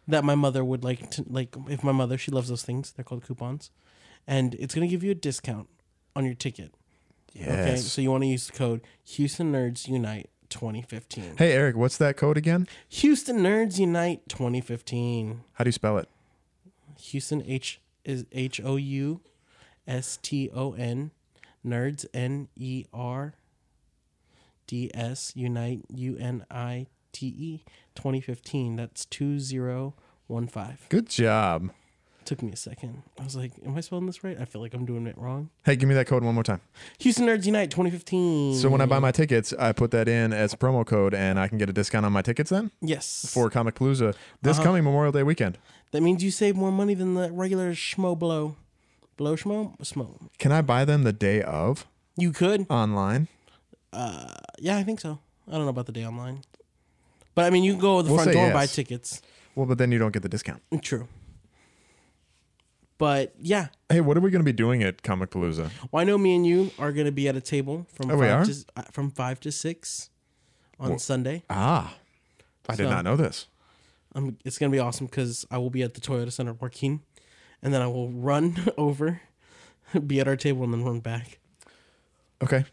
that my mother would like to like if my mother she loves those things. They're called coupons. And it's going to give you a discount on your ticket.
Yes.
Okay? So you want to use the code Houston Nerds Unite 2015.
hey, Eric, what's that code again?
Houston Nerds Unite 2015.
How do you spell it?
Houston H is H O U S T O N Nerds N E R D S Unite U N I T E 2015. That's 2015.
Good job.
Took me a second. I was like, am I spelling this right? I feel like I'm doing it wrong.
Hey, give me that code one more time.
Houston Nerds Unite 2015.
So when I buy my tickets, I put that in as a promo code, and I can get a discount on my tickets then
yes.
for Comic Palooza this coming Memorial Day weekend.
That means you save more money than the regular schmo blow. Blow schmo? Schmo.
Can I buy them the day of
You could.
online?
Yeah, I think so. I don't know about the day online. But I mean, you can go to the
We'll
front
say
door and buy
yes.
tickets.
Well, but then you don't get the discount.
True. But yeah,
Hey, what are we going to be doing at Comic Palooza?
well, I know me and you are going to be at a table from
Oh,
five
we are?
to uh, from five to six on Sunday.
Ah, I did
So-
not know this.
Um, it's going to be awesome because I will be at the Toyota Center Joaquin, and then I will run over, be at our table, and then run back,
Okay.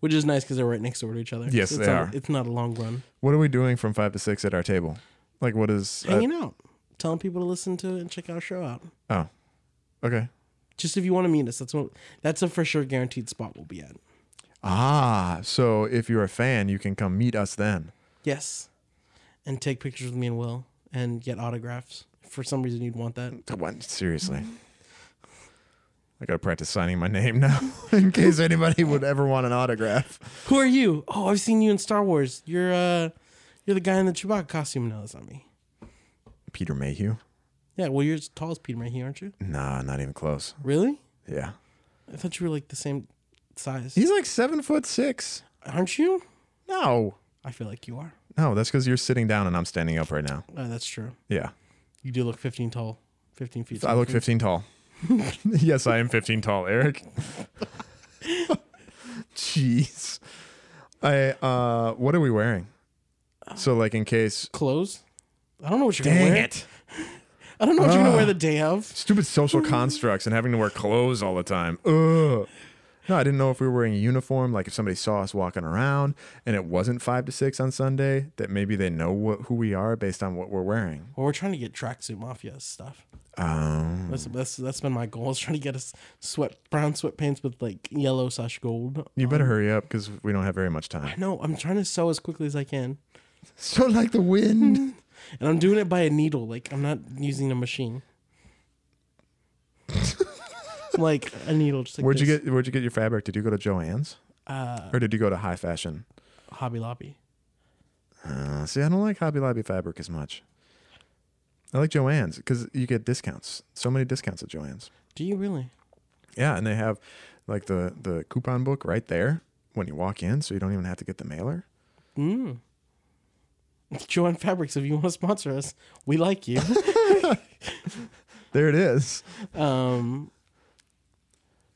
which is nice because they're right next door to each other.
Yes,
it's
they
not,
are.
It's not a long run.
What are we doing from five to six at our table? Like, what is? uh,
Hanging out, telling people to listen to it and check our show out.
oh, okay.
Just if you want to meet us, that's what. That's a for sure guaranteed spot we'll be at.
Ah, so if you're a fan, you can come meet us then.
Yes. And take pictures with me and Will and get autographs. For some reason, you'd want that.
What? Seriously. I gotta practice signing my name now in case anybody would ever want an autograph.
Who are you? Oh, I've seen you in Star Wars. You're uh, you're the guy in the Chewbacca costume. No, that's not me.
Peter Mayhew?
Yeah, well, you're as tall as Peter Mayhew, aren't you?
Nah, not even close.
Really?
Yeah.
I thought you were like the same size.
He's like seven foot six.
Aren't you?
No.
I feel like you are.
No, that's because you're sitting down and I'm standing up right now.
Uh, that's true.
Yeah.
You do look 15 tall, 15 feet.
I
tall.
look 15 tall. yes, I am 15 tall, Eric. Jeez. I uh what are we wearing? So like in case
clothes. I don't know what you're gonna wear. I don't know what you're gonna wear the day of.
Stupid social constructs and having to wear clothes all the time. Ugh. No, I didn't know if we were wearing a uniform, like if somebody saw us walking around and it wasn't five to six on Sunday, that maybe they know what, who we are based on what we're wearing.
Well, we're trying to get tracksuit mafia stuff.
Um,
That's that's that's been my goal. Is trying to get us sweat brown sweatpants with like yellow slash gold.
you better hurry up because we don't have very much time.
No, I'm trying to sew as quickly as I can,
So like the wind.
and I'm doing it by a needle. Like I'm not using a machine. like a needle. Just like
Where'd you
this. Uh,
get Where'd you get your fabric? Did you go to Joann's? or did you go to High Fashion?
Hobby Lobby?
Uh, see, I don't like Hobby Lobby fabric as much. I like Joann's because you get discounts. So many discounts at Joann's.
Do you really?
Yeah, and they have like the the coupon book right there when you walk in, so you don't even have to get the mailer.
Joanne Fabrics, if you want to sponsor us, we like you.
There it is.
um,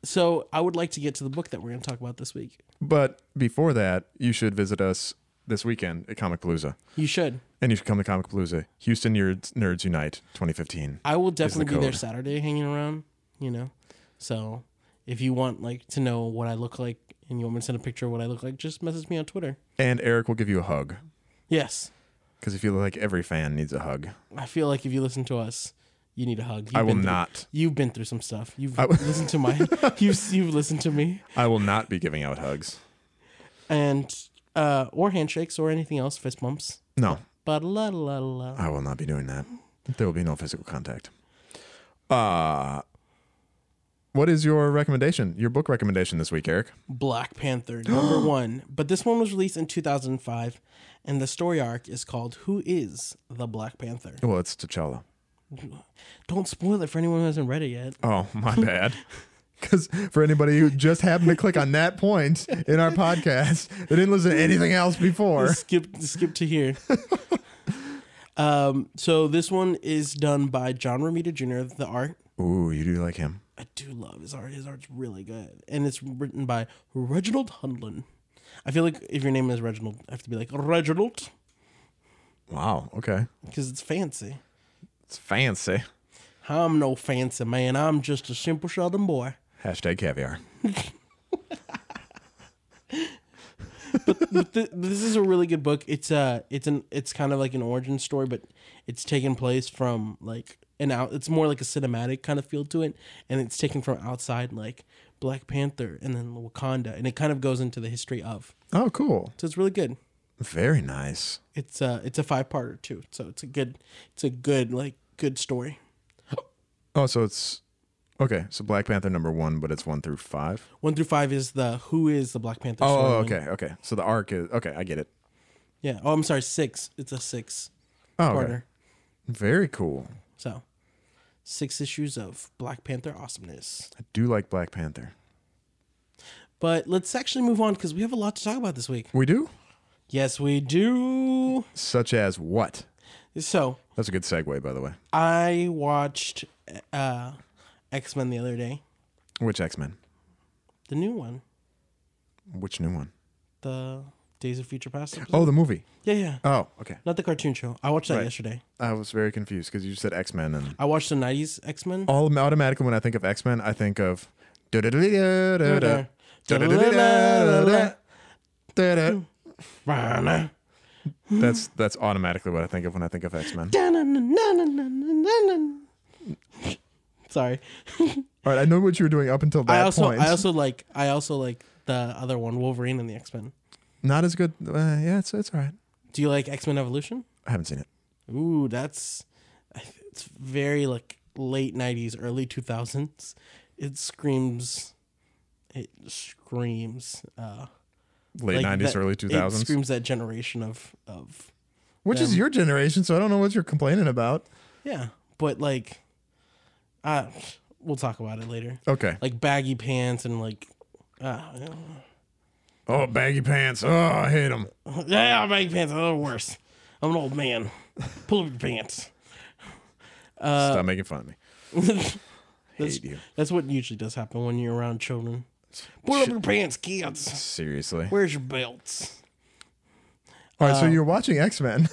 so I would like to get to the book that we're going to talk about this week.
But before that, you should visit us this weekend at Comic Palooza,
You should.
and you should come to Comic Palooza, Houston Nerds, Nerds Unite 2015.
I will definitely be there
code.
Saturday hanging around, you know. So if you want like to know what I look like and you want me to send a picture of what I look like, just message me on Twitter.
And Eric will give you a hug.
Yes.
Because I feel like every fan needs a hug.
I feel like if you listen to us, you need a hug. You've
I will
been through-
not.
You've been through some stuff. You've
I w-
listened to my. You've you've listened to me
I will not be giving out hugs.
and uh or handshakes or anything else, fist bumps.
No,
But la la la.
I will not be doing that. There will be no physical contact. Uh what is your recommendation? Your book recommendation this week, Eric?
Black Panther number one, but this one was released in 2005, and the story arc is called "Who Is the Black Panther."
Well, it's T'Challa.
Don't spoil it for anyone who hasn't read it yet.
Oh, my bad. Because for anybody who just happened to click on that point in our podcast, they didn't listen to anything else before.
skip skip to here. um, so this one is done by John Romita Jr. The art
Ooh, you do like him.
I do love his art. His art's really good, and it's written by Reginald Hundlin. I feel like if your name is Reginald, I have to be like Reginald
Wow. Okay.
because it's fancy.
It's fancy.
I'm no fancy man. I'm just a simple Southern boy.
Hashtag caviar.
but th- this is a really good book. It's uh it's an it's kind of like an origin story, but it's taken place from like an out. It's more like a cinematic kind of feel to it, and it's taken from outside like Black Panther and then Wakanda, and it kind of goes into the history of.
Oh, cool.
So it's really good.
Very nice.
It's uh it's a five parter too, so it's a good it's a good like good story.
Oh, so it's okay. So Black Panther number one, but it's one through five.
One through five is the who is the Black Panther.
Oh,
storyline.
okay, okay. So the arc is okay. I get it.
Yeah. Oh, I'm sorry. Six. It's a six
Oh, okay.
parter.
very cool.
So six issues of Black Panther awesomeness.
I do like Black Panther.
But let's actually move on because we have a lot to talk about this week.
We do,
Yes, we do.
such as what?
So
That's a good segue, by the way.
I watched uh, X Men the other day,
Which X Men?
the new one,
Which new one?
the Days of Future Past. episode.
Oh, the movie.
Yeah, yeah.
Oh, okay.
Not the cartoon show. I watched that
Right.
yesterday.
I was very confused because you said X Men, and
I watched the '90s X Men.
all automatically when I think of X Men, I think of.
Da-da.
da-da-da-da-da, da-da-da-da-da-da,
Da-da-da-da-da-da.
da-da.
Ba-na.
That's that's automatically what I think of when I think of X Men.
Da-na-na-na-na-na-na-na. Sorry.
All right, I know what you were doing up until that
I also
point.
I also like I also like the other one, Wolverine and the X Men.
Not as good. Uh, yeah, it's it's all right.
Do you like X Men Evolution?
I haven't seen it.
Ooh, that's I th- it's very like late '90s, early 2000s. It screams, it screams uh,
Late
like
nineties,
that-
early two thousands.
It screams that generation of of
Which is your generation, so I don't know what you're complaining about.
yeah, but like, uh, we'll talk about it later.
Okay.
Like baggy pants and like, uh,
Oh, baggy pants. Oh, I hate them.
yeah, baggy pants are the worst. I'm an old man. Pull up your pants. Uh,
Stop making fun of me.
That's,
Hate you.
that's what usually does happen when you're around children. Pull up your pants, kids.
Seriously.
Where's your belts?
All right, so
Um,
you're watching X Men.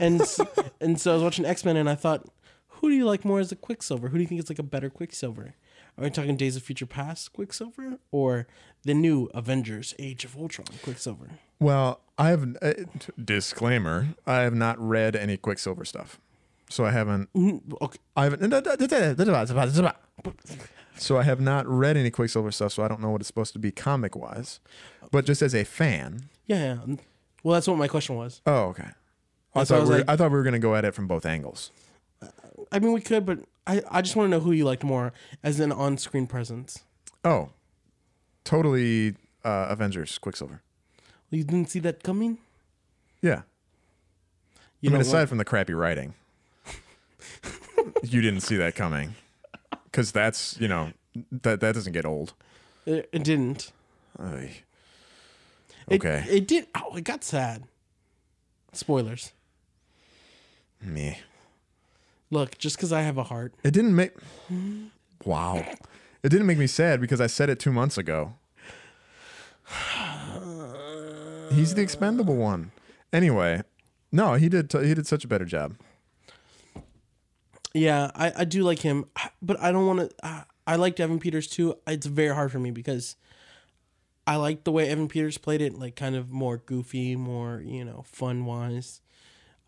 And s- and so I was watching X Men, and I thought, who do you like more as a Quicksilver? Who do you think is like a better Quicksilver? Are we talking Days of Future Past Quicksilver or the new Avengers Age of Ultron Quicksilver?
well, I have uh, disclaimer. I have not read any Quicksilver stuff, so I haven't.
Okay,
I haven't. So I have not read any Quicksilver stuff, so I don't know what it's supposed to be comic wise. But just as a fan,
yeah, yeah. Well, that's what my question was.
oh okay. I
That's why I
thought,
was
we were,
like-
I thought we were going to go at it from both angles.
I mean, we could, but I, I just want to know who you liked more as an on screen presence.
Oh, totally uh, Avengers Quicksilver.
You didn't see that coming.
Yeah.
You
I mean,
don't
aside from the crappy writing, you didn't see that coming, because that's you know that that doesn't get old.
want- it, it didn't.
Ay.
It-
Okay,
It, did. Oh, it got sad. Spoilers.
me.
Look, just because I have a heart,
It didn't make. Wow, it didn't make me sad because I said it two months ago. He's the expendable one. Anyway, no, he did. T- he did such a better job.
Yeah, I, I do like him, but I don't want to. I, I liked Evan Peters too. It's very hard for me because I liked the way Evan Peters played it, like kind of more goofy, more you know, fun wise.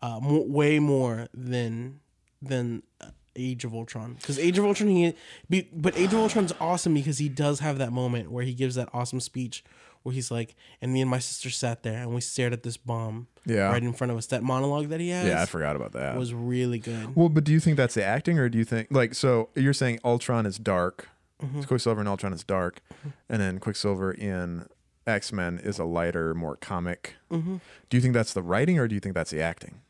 uh, mo way more than than uh, Age of Ultron because Age of Ultron he be, but Age of Ultron's awesome because he does have that moment where he gives that awesome speech where he's like, and me and my sister sat there and we stared at this bomb
Yeah.
right in front of us. That monologue that he has
Yeah, I forgot about that.
was really good.
well, but do you think that's the acting, or do you think like so? You're saying Ultron is dark, Quicksilver and Ultron is dark, and then Quicksilver in X Men is a lighter, more comic. Do you think that's the writing, or do you think that's the acting?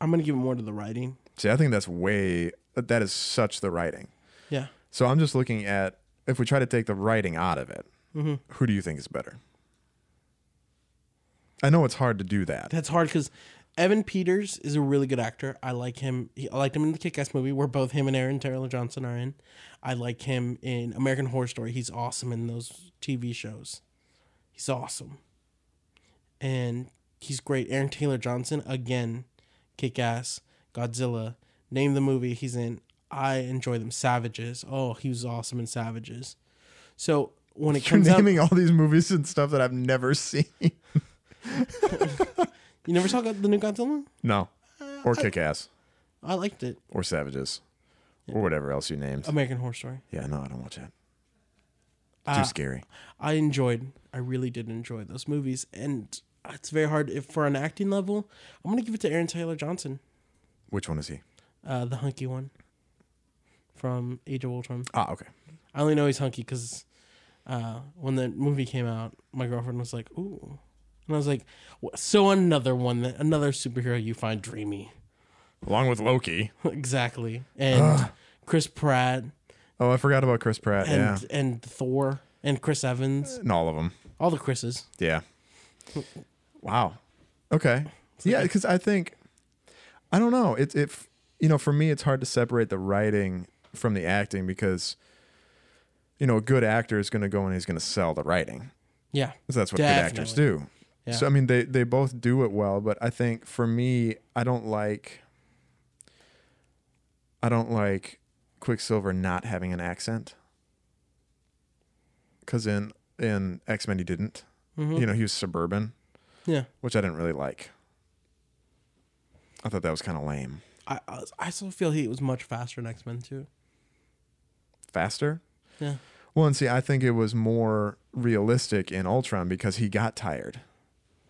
I'm gonna give it more to the writing.
See, I think that's way that is such the writing.
Yeah,
So I'm just looking at if we try to take the writing out of it, who do you think is better? I know it's hard to do that.
that's hard because Evan Peters is a really good actor. I like him. He, I liked him in the Kick-Ass movie where both him and Aaron Taylor Johnson are in. I like him in American Horror Story. He's awesome in those TV shows. He's awesome, and he's great. Aaron Taylor Johnson again, Kick-Ass, Godzilla. Name the movie he's in. I enjoy them. Savages. Oh, he was awesome in Savages. So when it
You're
comes out,
naming all these movies and stuff that I've never seen.
you never saw God- the new Godzilla.
no, or Kick Ass,
I liked it.
or Savages, or whatever else you named.
American Horror Story.
yeah, no, I don't watch that. Too scary.
I enjoyed. I really did enjoy those movies, and it's very hard if for an acting level. I'm gonna give it to Aaron Taylor Johnson,
Which one is he?
uh, the hunky one from Age of Ultron.
Ah, okay.
I only know he's hunky because uh, when the movie came out, my girlfriend was like, "Ooh," and I was like, "Wha- "So another one, that another superhero you find dreamy,
Along with Loki.
exactly." And Chris Pratt
Oh, I forgot about Chris Pratt.
and
yeah,
and Thor and Chris Evans,
and all of them.
all the Chris's.
Yeah. Wow. Okay. Yeah, because I think I don't know. It's it, you know for me it's hard to separate the writing from the acting because you know a good actor is going to go and he's going to sell the writing.
Yeah,
'Cause that's what good actors
Definitely.
do. So I mean they they both do it well, but I think for me I don't like I don't like Quicksilver not having an accent. Cuz in in X-Men he didn't. You know, he was suburban,
Yeah.
which I didn't really like. I thought that was kind of lame.
I, I I still feel he was much faster in X Men too.
Faster?
Yeah,
Well, and see, I think it was more realistic in Ultron because he got tired.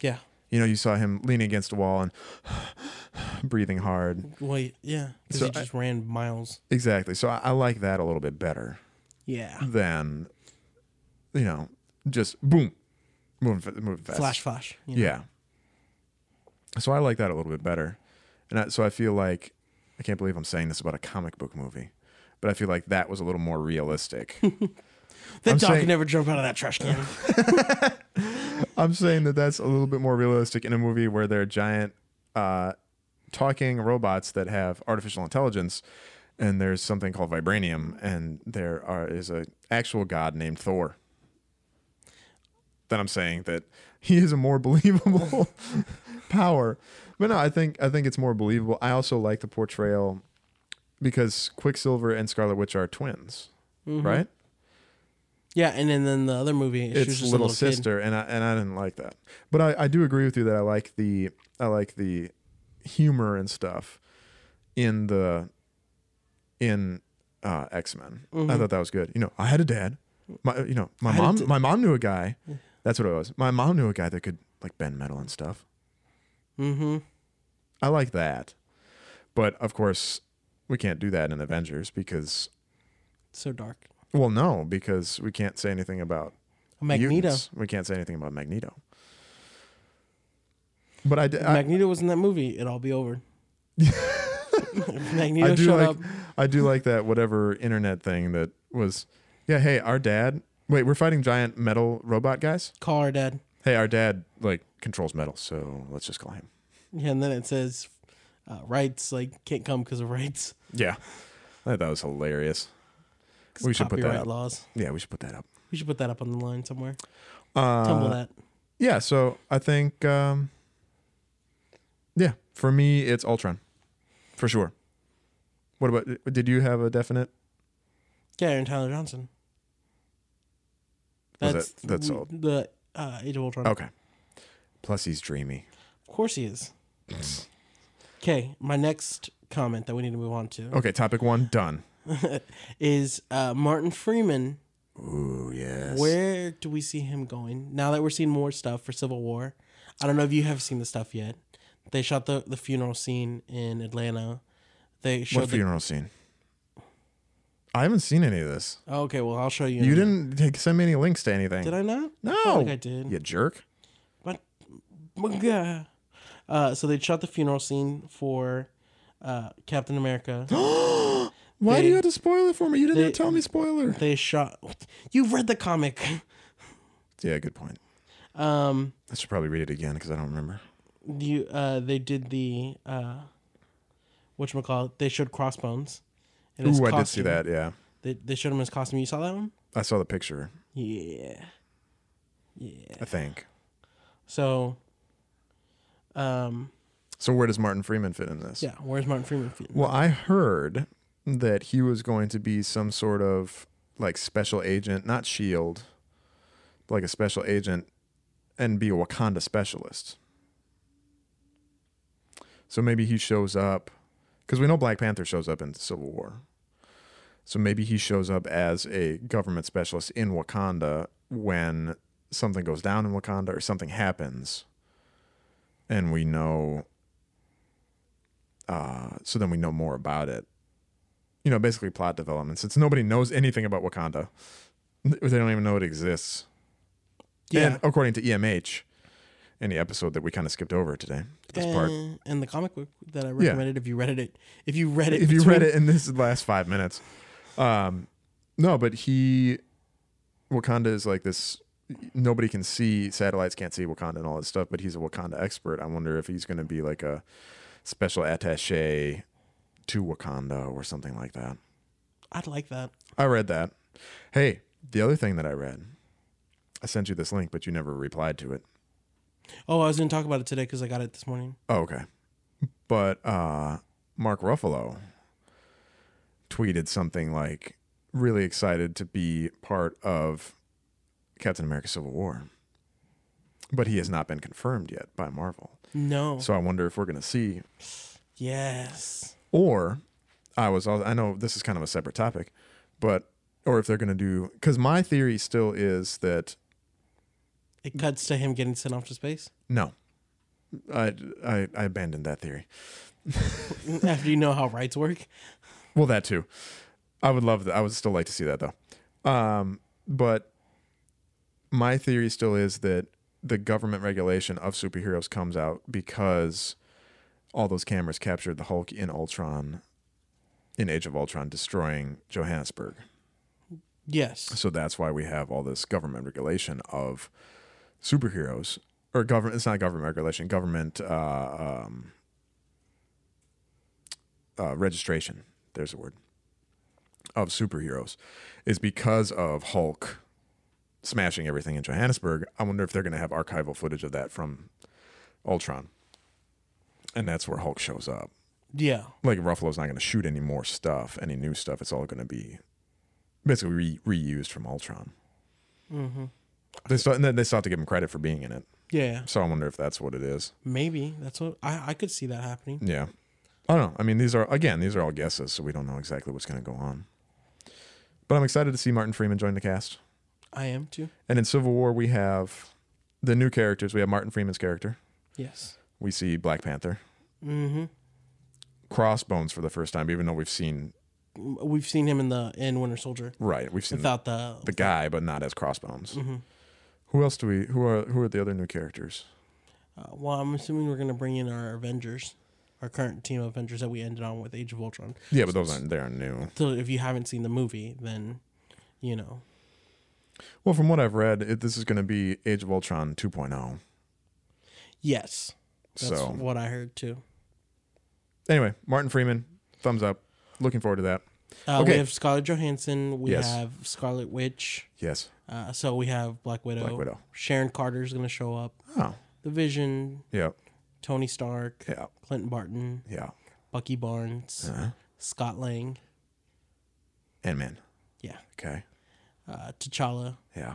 yeah.
You know, you saw him leaning against a wall and breathing hard.
Well, yeah, because
So
he just ran miles.
Exactly. So I, I like that a little bit better
Yeah,
than, you know, just boom, moving, fa- moving fast.
flash, flash. you know?
Yeah. So I like that a little bit better, and I, so I feel like I can't believe I'm saying this about a comic book movie, but I feel like that was a little more realistic.
The
I'm
dog
saying-
can never jump out of that trash can.
I'm saying that that's a little bit more realistic in a movie where there are giant uh, talking robots that have artificial intelligence, and there's something called vibranium, and there are is a actual god named Thor. Then I'm saying that he is a more believable power, but no, I think I think it's more believable. I also like the portrayal because Quicksilver and Scarlet Witch are twins, right?
yeah, and then, then the other movie, she was
it's
just
little,
a little kid.
sister and I and I didn't like that. But I, I do agree with you that I like the I like the humor and stuff in the in uh, X Men. I thought that was good. You know, I had a dad. My you know, my
Mm-hmm. had a
mom
d-
my mom knew a guy. That's what it was. My mom knew a guy that could like bend metal and stuff. Mm-hmm. I like that. But of course we can't do that in Avengers because
So dark.
well no, because we can't say anything about
Magneto.
mutants. We can't say anything about Magneto. But I, d- I-
Magneto was in that movie. It'd all be over. If Magneto
I do
showed
like
up.
I do like that whatever internet thing that was. Yeah, hey, our dad. Wait, we're fighting giant metal robot guys.
Call our dad.
Hey, our dad like controls metal, so let's just call him.
Yeah, and then it says uh, rights like can't come because of rights.
Yeah, I thought that was hilarious.
'cause
We
of
should put that
copyright
up.
laws.
Yeah, we should put that up.
We should put that up on the line somewhere.
Uh,
Tumble that.
Yeah, so I think, um, yeah, for me it's Ultron, for sure. What about? Did you have a definite?
Yeah, Aaron Tyler Johnson.
Was that- that's
the-
all?
The uh, Age of Ultron.
Okay. Plus he's dreamy.
Of course he is. Okay, my next comment that we need to move on to
Okay, topic one done.
is uh, Martin Freeman. Ooh, yes. Where do we see him going now that we're seeing more stuff for Civil War? I don't know if you have seen the stuff yet. They shot the, the funeral scene in Atlanta. They showed
What
the-
funeral scene? I haven't seen any of this.
Oh, okay, well I'll show you. in a
You
minute.
didn't take- send me any links to anything.
Did I not?
No,
I felt like I did.
You jerk.
But, but, yeah. Uh, so they shot the funeral scene for uh, Captain America.
Why do
They-
you have to spoil it for me? You didn't
they-
tell me spoiler.
they shot. You've read the comic.
yeah, good point.
Um,
I should probably read it again because I don't remember.
you uh, they did the uh, what call it? They showed Crossbones. and his
Ooh, I did see
costume.
that. Yeah,
They, they showed him his costume. You saw that one?
I saw the picture.
Yeah.
I think.
So, um,
So where does Martin Freeman fit in this?
yeah. Where's Martin Freeman? fit?
Well, I heard that he was going to be some sort of like special agent, not Shield, but E like a special agent, and be a Wakanda specialist. So maybe he shows up because we know Black Panther shows up in Civil War. So maybe he shows up as a government specialist in Wakanda when something goes down in Wakanda or something happens, and we know so then we know more about it. You know, basically plot development. Since nobody knows anything about Wakanda, they don't even know it exists.
Yeah.
And according to E EMH, in the episode that we kind of skipped over today, this part.
And, and the comic book that I recommended, if you read it, if you read it,
If you read
between-
it in this last five minutes, um, no, but he, Wakanda is like this. Nobody can see satellites, can't see Wakanda and all that stuff. But he's a Wakanda expert. I wonder if he's going to be like a special attaché to Wakanda or something like that.
I'd like that.
I read that. Hey, the other thing that I read, I sent you this link, but you never replied to it.
Oh, I was going to talk about it today because I got it this morning.
Oh, okay. But uh, Mark Ruffalo tweeted something like, really excited to be part of Captain America Civil War. But he has not been confirmed yet by Marvel.
No.
So I wonder if we're going to see
yes.
or I was al- I know this is kind of a separate topic, but or if they're going to do cuz my theory still is that Mm.
It cuts to him getting sent off to space
no. I I, I abandoned that theory.
after you know how rights work.
Well, that too. I would love that. I would still like to see that though. Um, but my theory still is that the government regulation of superheroes comes out because all those cameras captured the Hulk in Ultron, in Age of Ultron, destroying Johannesburg.
Yes.
So that's why we have all this government regulation of superheroes or government. It's not government regulation, government uh, um, uh, registration. There's a word of superheroes is because of Hulk smashing everything in Johannesburg. I wonder if they're going to have archival footage of that from Ultron, and that's where Hulk shows up
Yeah.
like Ruffalo's not going to shoot any more stuff, any new stuff. It's all going to be basically re- reused from Ultron. Mm-hmm. They still, and then they still have to give him credit for being in it.
Yeah.
So I wonder if that's what it is.
Maybe that's what I, I could see that happening.
Yeah, I don't know. I mean, these are again, these are all guesses, so we don't know exactly what's going to go on. But I'm excited to see Martin Freeman join the cast.
I am too.
And in Civil War, we have the new characters. We have Martin Freeman's character.
Yes.
We see Black Panther. Mm-hmm. Crossbones for the first time, even though we've seen
We've seen him in the in Winter Soldier
right, we've seen
without the,
the guy, but not as Crossbones. Who else do we? Who are who are the other new characters?
uh, well, I'm assuming we're gonna bring in our Avengers, our current team of Avengers that we ended on with Age of Ultron.
Yeah, but those aren't they aren't new.
So if you haven't seen the movie, then you know.
Well, from what I've read, it, this is going to be Age of Ultron 2.0.
Yes. That's
So
what I heard too.
anyway, Martin Freeman, thumbs up. Looking forward to that.
Uh,
Okay.
We have Scarlett Johansson. We
Yes.
have Scarlet Witch.
Yes.
Uh, so we have Black Widow.
Black Widow.
Sharon Carter's going to show up.
Oh,
The Vision.
yeah,
Tony Stark.
Yeah. Uh-huh.
Clinton Barton.
yeah.
Bucky Barnes. Scott Lang.
And man,
Yeah.
okay,
Uh, T'Challa.
yeah.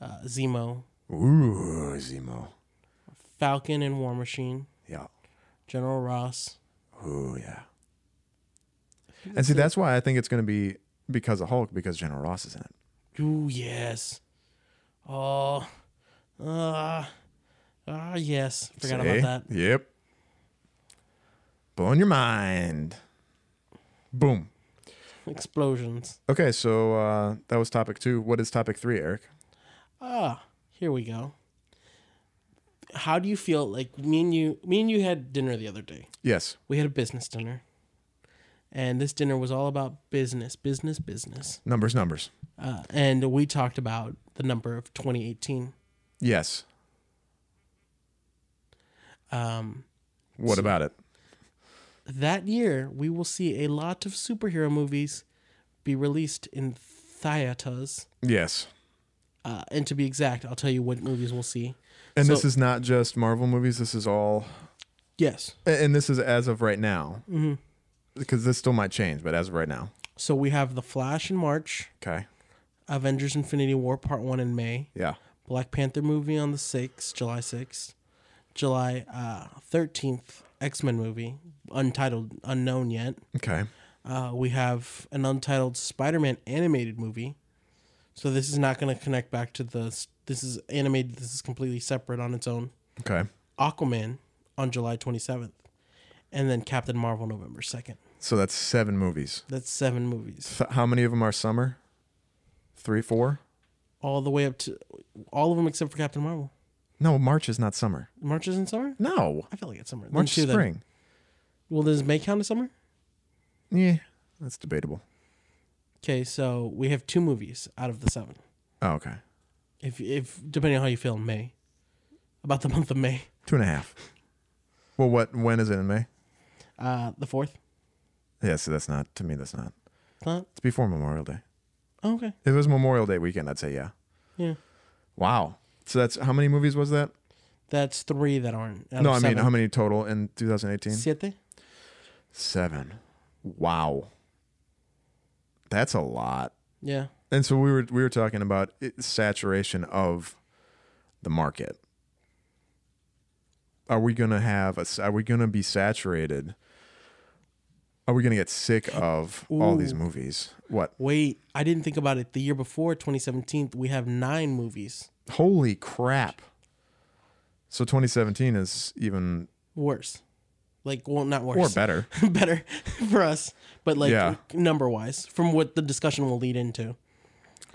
Uh, Zemo.
Ooh, Zemo.
Falcon and War Machine.
Yeah.
General Ross.
Oh yeah. And see, that's why I think it's going to be because of Hulk, because General Ross is in it.
Ooh, yes. Oh, uh, ah, yes. Forgot
See?
about that.
Yep. Blowing your mind. Boom.
Explosions.
Okay, so uh, that was topic two. What is topic three, Eric?
Ah, here we go. How do you feel? Like me and you, me and you had dinner the other day.
Yes.
We had a business dinner, and this dinner was all about business, business, business.
Numbers, numbers.
Uh, and we talked about the number of 2018.
Yes.
Um,
What about it?
that year, we will see a lot of superhero movies be released in theaters.
Yes.
Uh, and to be exact, I'll tell you what movies we'll see.
And
So-
this is not just Marvel movies. This is all,
Yes.
a- and this is as of right now, mm-hmm. because this still might change. But as of right now,
So we have The Flash in March,
okay,
Avengers Infinity War Part 1 in May,
yeah,
Black Panther movie on the 6th, July 6th, July uh, 13th, X Men movie, untitled, unknown yet.
okay,
Uh, we have an untitled Spider Man animated movie. So this is not going to connect back to the. s- This is animated, this is completely separate on its own.
okay.
Aquaman on July 27th, and then Captain Marvel November 2nd.
So that's seven movies.
That's seven movies,
Th- how many of them are summer? Three, four?
all the way up to all of them except for Captain Marvel.
No, March is not summer.
March is in summer.
No,
I feel like it's summer. Then
March
two
is
then.
spring.
Well, does May count as summer?
Yeah, that's debatable.
Okay, so we have two movies out of the seven.
Oh, okay,
If if depending on how you feel in May, about the month of May,
two and a half. Well, what? When is it in May?
uh, the fourth.
Yeah, so that's not to me. That's not.
Huh?
It's before Memorial Day.
Oh, okay,
If it was Memorial Day weekend, I'd say yeah.
yeah,
Wow. So that's how many movies was that?
that's three that aren't. Out
No,
of
I mean
seven.
how many total in 2018?
Siete.
Seven. Wow. That's a lot.
Yeah,
And so we were we were talking about it, saturation of the market. Are we gonna have a? s- Are we gonna be saturated? Are we gonna get sick of all these movies? What?
wait, I didn't think about it. The year before, 2017, we have nine movies.
Holy crap! So 2017 is even
worse. Like, well, not
or
worse.
better.
better for us, but like
Yeah.
number wise, from what the discussion will lead into.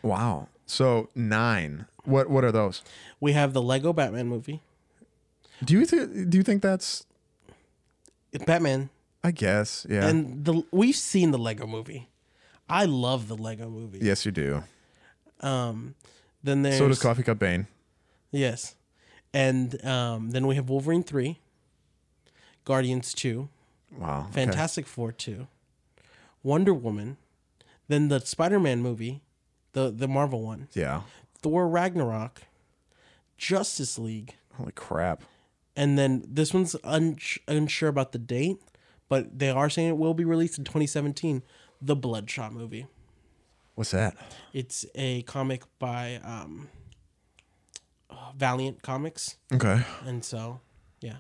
Wow. So nine. What? What are those?
We have the Lego Batman movie.
Do you th- do you think that's?
Batman.
I guess. Yeah.
And the we've seen the Lego movie. I love the Lego movie.
yes, you do.
Then there's
So does Coffee Cup Bane.
Yes. And um, then we have Wolverine 3, Guardians 2,
Wow. okay.
Fantastic Four 2, Wonder Woman, then the Spider-Man movie, the the Marvel one,
Yeah.
Thor Ragnarok, Justice League,
Holy crap.
and then this one's uns- unsure about the date, but they are saying it will be released in 2017. The Bloodshot movie.
What's that?
It's a comic by um, uh, Valiant Comics,
Okay.
and so yeah,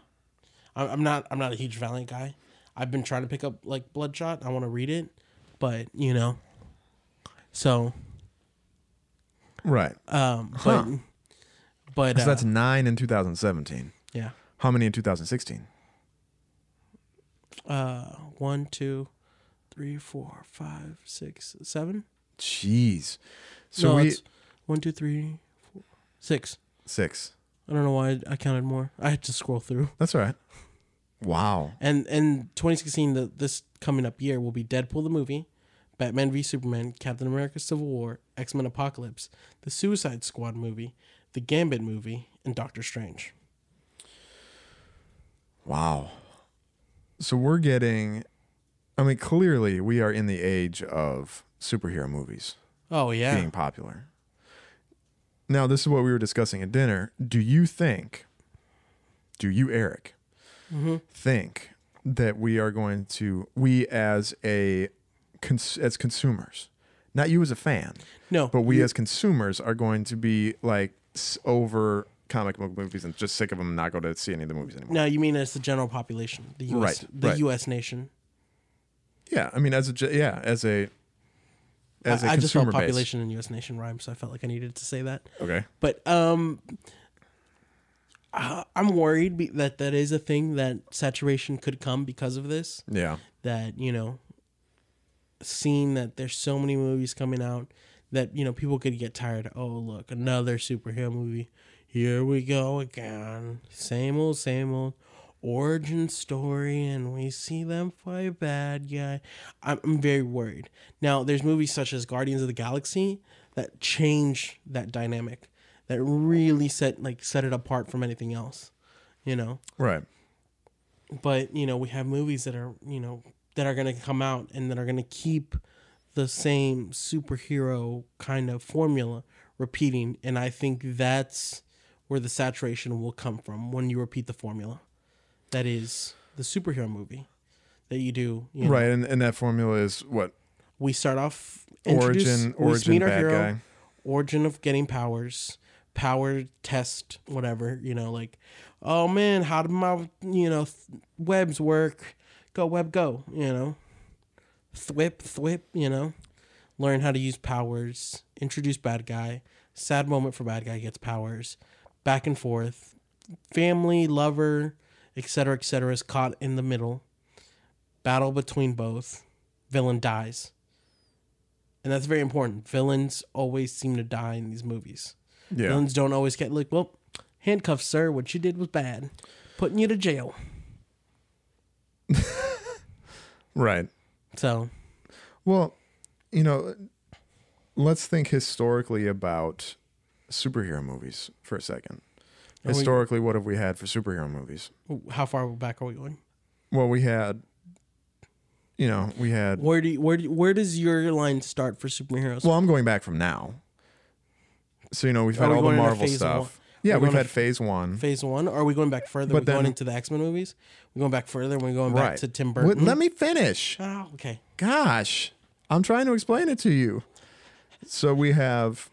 I- I'm not I'm not a huge Valiant guy. I've been trying to pick up like Bloodshot. I want to read it, but you know, so
Right.
um, but
Huh.
but
so
uh,
that's nine in 2017.
yeah.
How many in 2016?
Uh, one, two, three, four, five, six, seven.
Jeez. So
no,
we
it's one, two, three, four, six.
six.
I don't know why I counted more. I had to scroll through.
That's all right. Wow.
And and 2016, the, this coming up year will be Deadpool the movie, Batman v Superman, Captain America: Civil War, X Men Apocalypse, the Suicide Squad movie, the Gambit movie, and Doctor Strange.
Wow. So we're getting. I mean, clearly we are in the age of superhero movies.
Oh yeah,
being popular. Now, this is what we were discussing at dinner. Do you think, do you, Eric,
Mm-hmm.
think that we are going to, we as a, cons- as consumers, not you as a fan,
no,
but we as consumers are going to be like s- over comic book movies and just sick of them and not go to see any of the movies anymore.
No, you mean as the general population, the U.S.
Right,
the
right.
U.S. nation.
Yeah, I mean, as a ge- yeah, as a as a
I I just
consumer
felt
base.
population and U.S. nation rhyme, so I felt like I needed to say that.
Okay,
But um, I- I'm worried be- that that is a thing that saturation could come because of this.
yeah,
That you know, seeing that there's so many movies coming out that you know people could get tired. Oh look, another superhero movie. Here we go again. Same old, same old origin story, and we see them fight a bad guy. I'm, I'm very worried. Now, there's movies such as Guardians of the Galaxy that change that dynamic, that really set like set it apart from anything else. You know,
right,
but you know we have movies that are you know that are going to come out and that are going to keep the same superhero kind of formula repeating and i think that's where the saturation will come from when you repeat the formula that is the superhero movie that you do you know,
right. And and that formula is what
we start off
Origin-
introduce- we
origin
meet our
bad
hero,
guy.
origin of getting powers, power test, whatever you know. Like, oh man, how did my you know th- webs work? Go web go, you know. Thwip thwip, you know. Learn how to use powers. Introduce bad guy. Sad moment for bad guy gets powers. Back and forth. Family lover, etc. etc. is caught in the middle. Battle between both. Villain dies and that's very important. Villains always seem to die in these movies.
Yeah.
Villains don't always get like, well, handcuffs, sir. What you did was bad, putting you to jail.
right.
So
Well, you know, let's think historically about superhero movies for a second. Historically, what have we had for superhero movies?
how far back are we going?
Well, we had, you know, we had.
Where do you, where do you- where does your line start for superheroes?
Well, I'm going back from now. So you know, we've had
we
all the
going into
Marvel
phase
stuff.
one?
Yeah,
We're
we've
going
had
to-
Phase One.
Phase one. Are we going back further? We're
But
going
then-
into the X Men movies. We're going back further. We're going back
right
to Tim
Wait,
Burton.
Let me finish.
Oh, okay.
Gosh, I'm trying to explain it to you. So we have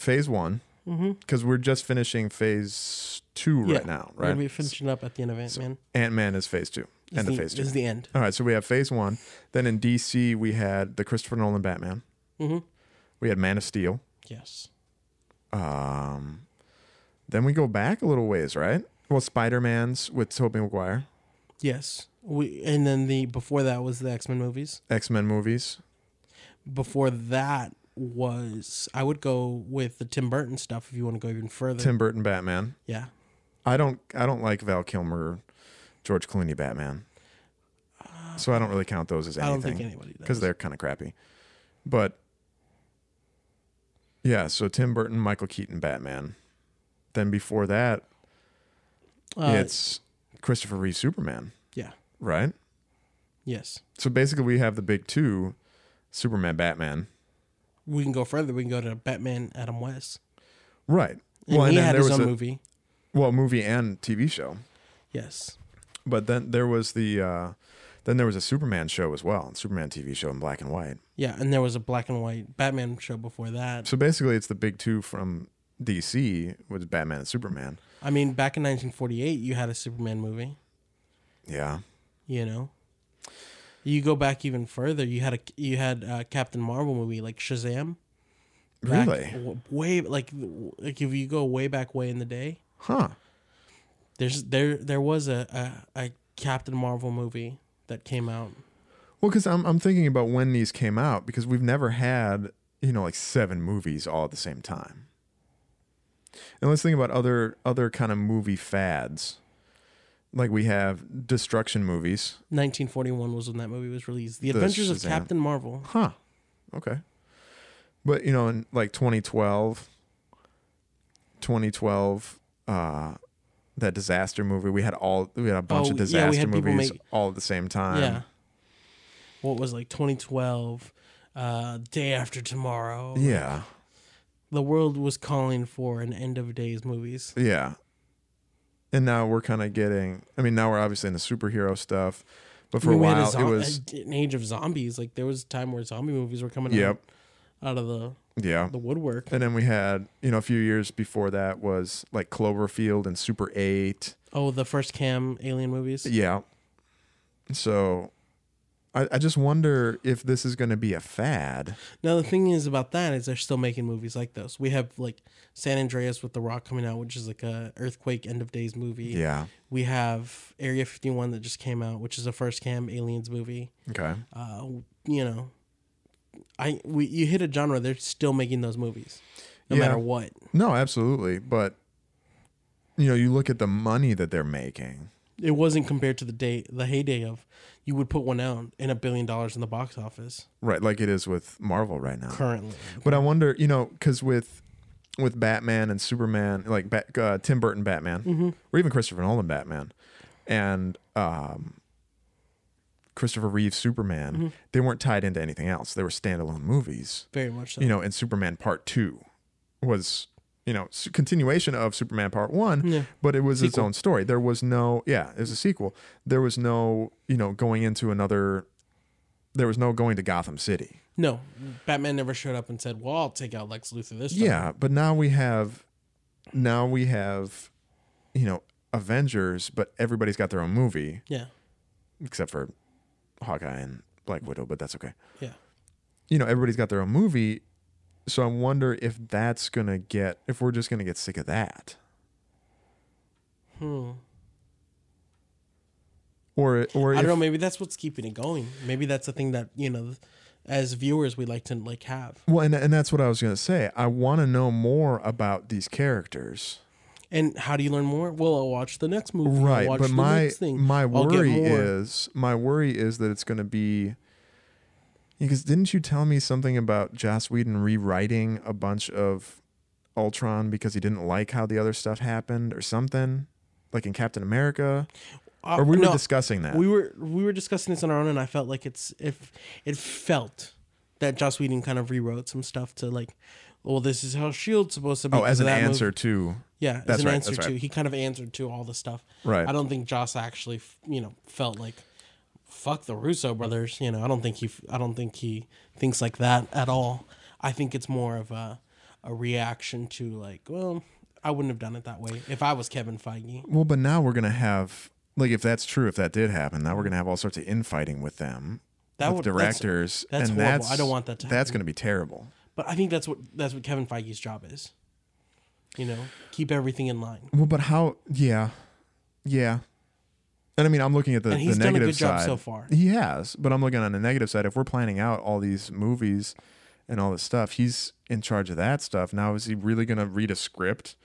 Phase One
Mm-hmm.
because we're just finishing Phase Two right now,
We're gonna be
right?
finishing up at the end of Ant Man.
Ant Man is Phase Two. End
the,
of Phase Two.
is the end.
All right, so we have Phase One. Then in DC, we had the Christopher Nolan Batman.
Mm-hmm.
We had Man of Steel.
Yes.
Then we go back a little ways, right? Well, Spider Man's with Tobey Maguire,
Yes. We and then the before that was the X Men movies.
X Men movies.
before that was I would go with the Tim Burton stuff if you want to go even further.
Tim Burton Batman.
yeah.
I don't I don't like Val Kilmer, George Clooney Batman. So I don't really count those as
I
anything.
don't think anybody does.
because they're kind of crappy. But yeah, so Tim Burton, Michael Keaton Batman. Then before that,
Uh,
it's Christopher Reeve Superman,
yeah.
right?
Yes.
So basically, we have the big two: Superman, Batman,
We can go further. We can go to Batman Adam West.
right?
And he had his own
a,
movie.
Well, movie and TV show.
Yes.
But then there was the uh, then there was a Superman show as well, Superman TV show in black and white.
Yeah, and there was a black and white Batman show before that.
So basically, it's the big two from DC was Batman and Superman.
I mean, back in 1948, you had a Superman movie,
Yeah,
you know. You go back even further, you had a you had a Captain Marvel movie like Shazam. Back-
really,
w- way like like if you go way back way in the day,
huh?
There's there there was a, a, a Captain Marvel movie that came out.
Well, because I'm I'm thinking about when these came out because we've never had you know like seven movies all at the same time. And let's think about other other kind of movie fads, like we have destruction movies.
1941 was when that movie was released. The Adventures of
Shazam.
Captain Marvel.
Huh. Okay. But you know, in like 2012, 2012, uh, that disaster movie, we had all we had a bunch
Oh,
of
yeah, we
disaster
had people
movies
make-
all at the same time.
yeah. What was like 2012, uh, Day After Tomorrow.
Yeah.
The world was calling for an end of days movies.
Yeah. And now we're kind of getting. I mean, now we're obviously in the superhero stuff, but for
I
a
mean, we had
while
zo-
it was.
an age of zombies. Like there was a time where zombie movies were coming
Yep.
out out of the
Yeah.
uh, the woodwork.
And then we had, you know, a few years before that was like Cloverfield and Super 8.
Oh, the first cam alien movies.
Yeah. So I, I just wonder if this is going to be a fad.
Now the thing is about that is they're still making movies like those. We have like San Andreas with The Rock coming out, which is like a earthquake end of days movie.
Yeah.
We have Area 51 that just came out, which is a first cam aliens movie.
Okay.
Uh, you know, I we you hit a genre, they're still making those movies, no
Yeah.
matter what.
No, absolutely. But, you know, you look at the money that they're making.
It wasn't compared to the day the heyday of you would put one out and a billion dollars in the box office
Right. Like it is with Marvel right now.
currently.
But I wonder, you know, because with with Batman and Superman, like Bat, uh, Tim Burton Batman, or even Christopher Nolan Batman, and um, Christopher Reeve Superman, they weren't tied into anything else. They were standalone movies,
Very much so.
you know. And Superman Part Two was, you know, s- continuation of Superman Part One, but it was its own story. There was no, yeah, it was a sequel. There was no, you know, going into another. There was no going to Gotham City.
No, Batman never showed up and said, "Well, I'll take out Lex Luthor this time."
Yeah, but now we have, now we have, you know, Avengers, but everybody's got their own movie
yeah,
except for Hawkeye and Black Widow, but that's okay.
yeah.
You know, everybody's got their own movie, so I wonder if that's gonna get if we're just gonna get sick of that. Hmm. Or or
I
if,
don't know. Maybe that's what's keeping it going. Maybe that's the thing that you know, as viewers, we like to like have.
well, and and that's what I was gonna say. I want to know more about these characters.
And how do you learn more? Well, I'll watch the next movie. I'll
right
watch
but
the
my
next thing.
my
I'll get
worry
more.
is my worry is that it's going to be because didn't you tell me something about Joss Whedon rewriting a bunch of Ultron because he didn't like how the other stuff happened or something like in Captain America
Uh,
or we were
no,
discussing that
We were we were discussing this on our own, and I felt like it's if it felt that Joss Whedon kind of rewrote some stuff to like, well, this E is how Shield's supposed to be.
oh as
because
an
of that movie.
answer to
Yeah, as
That's
an
right,
answer
that's
to
right.
he kind of answered to all the stuff.
Right.
I don't think Joss actually, f- you know, felt like fuck the Russo brothers. You know, I don't think he. f- I don't think he thinks like that at all. I think it's more of a a reaction to like, well, I wouldn't have done it that way if I was Kevin Feige.
well but now we're going to have like if that's true if that did happen now we're going to have all sorts of infighting with them
That
with
would- that's-
directors
that's
and
horrible.
that's
I don't want that to
that's going to be terrible
But I think that's what that's what Kevin Feige's job is. You know, keep everything in line.
Well, but how? Yeah, yeah. And I mean, I'm looking at the,
And he's
the
done a
negative
good job
side.
so far.
He has, but I'm looking on the negative side. If we're planning out all these movies and all this stuff, he's in charge of that stuff. Now, is he really going to read a script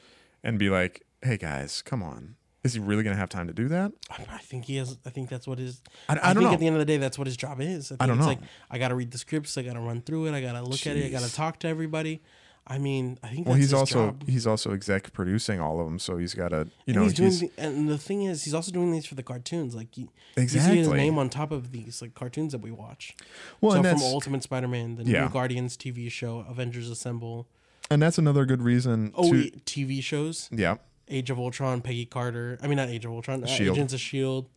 and be like, "Hey guys, come on"? Is he really going to have time to do that?
I I think he has. I think that's what his.
I- I don't
think
know.
At the end of the day, that's what his job is. I, think
don't
it's
know.
Like I got to read the scripts. I got to run through it. I got to look at it. I got to
Jeez.
talk to everybody. I mean, I think.
Well,
that's
he's
his
also
job.
he's also exec producing all of them, so he's got to you
And
know
he's doing. the, and the thing is, he's also doing these for the cartoons. Like you, you see his
Exactly.
name on top of these like cartoons that we watch.
Well,
so
and
from
that's-
Ultimate Spider-Man, the
Yeah.
new Guardians TV show, Avengers Assemble,
and that's another good reason.
oh
to,
TV shows,
yeah,
Age of Ultron, Peggy Carter. I mean, not Age of Ultron. Uh,
Shield.
Agents of Shield,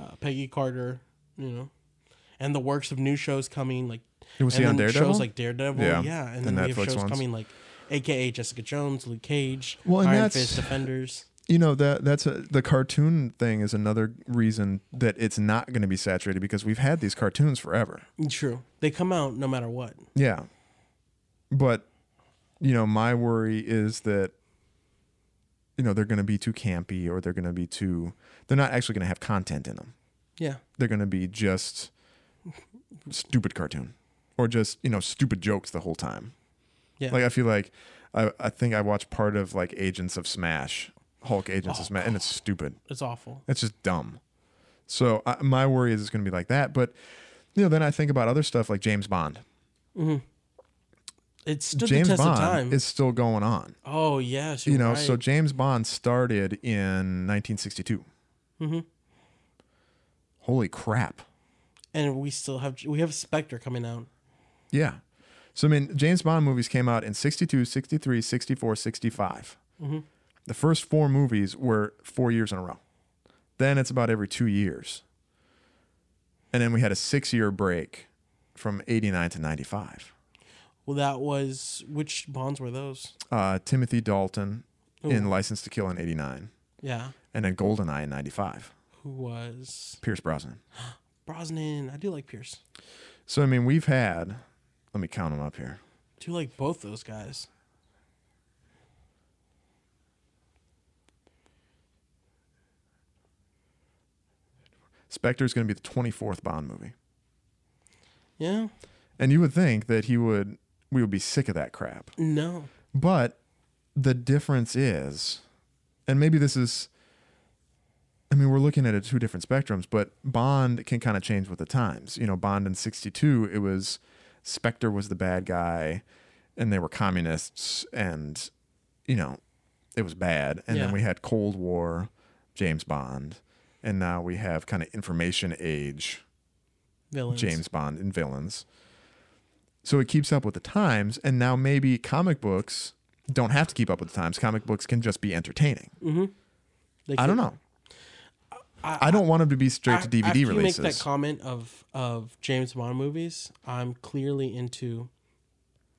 uh, Peggy Carter. You know, and the works of new shows coming like.
It was
and
he on
then
Daredevil?
Shows like Daredevil,
Yeah,
yeah, and
the
then we have
Netflix
shows
ones.
coming like, AKA Jessica Jones, Luke Cage,
Well, and
Iron
that's-
Fist, Defenders.
you know that that's a, the cartoon thing is another reason that it's not going to be saturated because we've had these cartoons forever.
True, they come out no matter what.
Yeah. But you know, my worry is that you know, they're going to be too campy or they're going to be too they're not actually going to have content in them.
Yeah,
They're going to be just stupid cartoon or just, you know, stupid jokes the whole time.
yeah.
Like I feel like I, I think I watched part of like Agents of Smash, Hulk Agents of Smash and it's stupid.
it's awful.
That's just dumb. So I, my worry is it's going to be like that. But you know, then I think about other stuff like James Bond.
It's stood
James
the test
Bond
of time.
is still going on.
oh yes,
You
you're
know,
right.
so James Bond started in 1962.
Mm-hmm.
Holy crap!
and we still have we have Spectre coming out.
Yeah. So I mean, James Bond movies came out in 62, 63, 64, 65. The first four movies were four years in a row. Then it's about every two years. And then we had a six year break from 89 to 95.
Well, that was which Bonds were those?
Uh, Timothy Dalton in License to Kill in 89.
Yeah,
And then Goldeneye in 95.
who was
Pierce Brosnan.
Brosnan? I do like Pierce.
So, I mean, we've had, let me count them up here.
I do like both those guys.
Spectre is going to be the 24th Bond movie.
Yeah.
And you would think that he would, we would be sick of that crap.
No.
But the difference is, and maybe this is, I mean, we're looking at it two different spectrums, but Bond can kind of change with the times. You know, Bond in 62, it was Spectre was the bad guy and they were communists and, you know, it was bad. And
Yeah.
then we had Cold War, James Bond, and now we have kind of information age
Villains.
James Bond and villains. So it keeps up with the times, and now maybe comic books don't have to keep up with the times. Comic books can just be entertaining.
They
I don't
could-
know. I, don't want them to be straight to
A- after
DVD
you
releases.
make that comment of of James Bond movies, I'm clearly into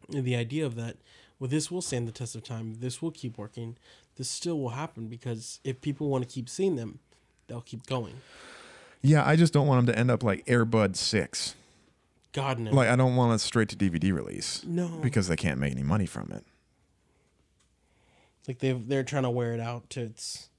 the idea of that. Well, this will stand the test of time. This will keep working. This still will happen because if people want to keep seeing them, they'll keep going.
yeah, I just don't want them to end up like Airbud Six.
God knows.
Like I don't want a straight to DVD release.
No.
because they can't make any money from it.
It's like they they're trying to wear it out to its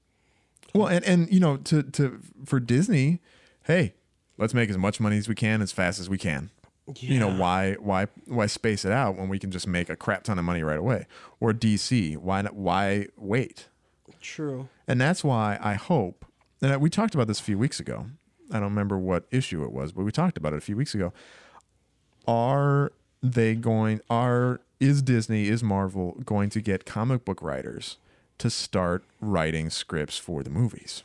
Well, and and you know, to to for Disney, hey, let's make as much money as we can as fast as we can. You know
Yeah.
why why why space it out when we can just make a crap ton of money right away? Or DC, why not, why wait?
true.
And that's why I hope. And we talked about this a few weeks ago. I don't remember what issue it was, but we talked about it a few weeks ago. Are they going? Are is Disney is Marvel going to get comic book writers to start writing scripts for the movies?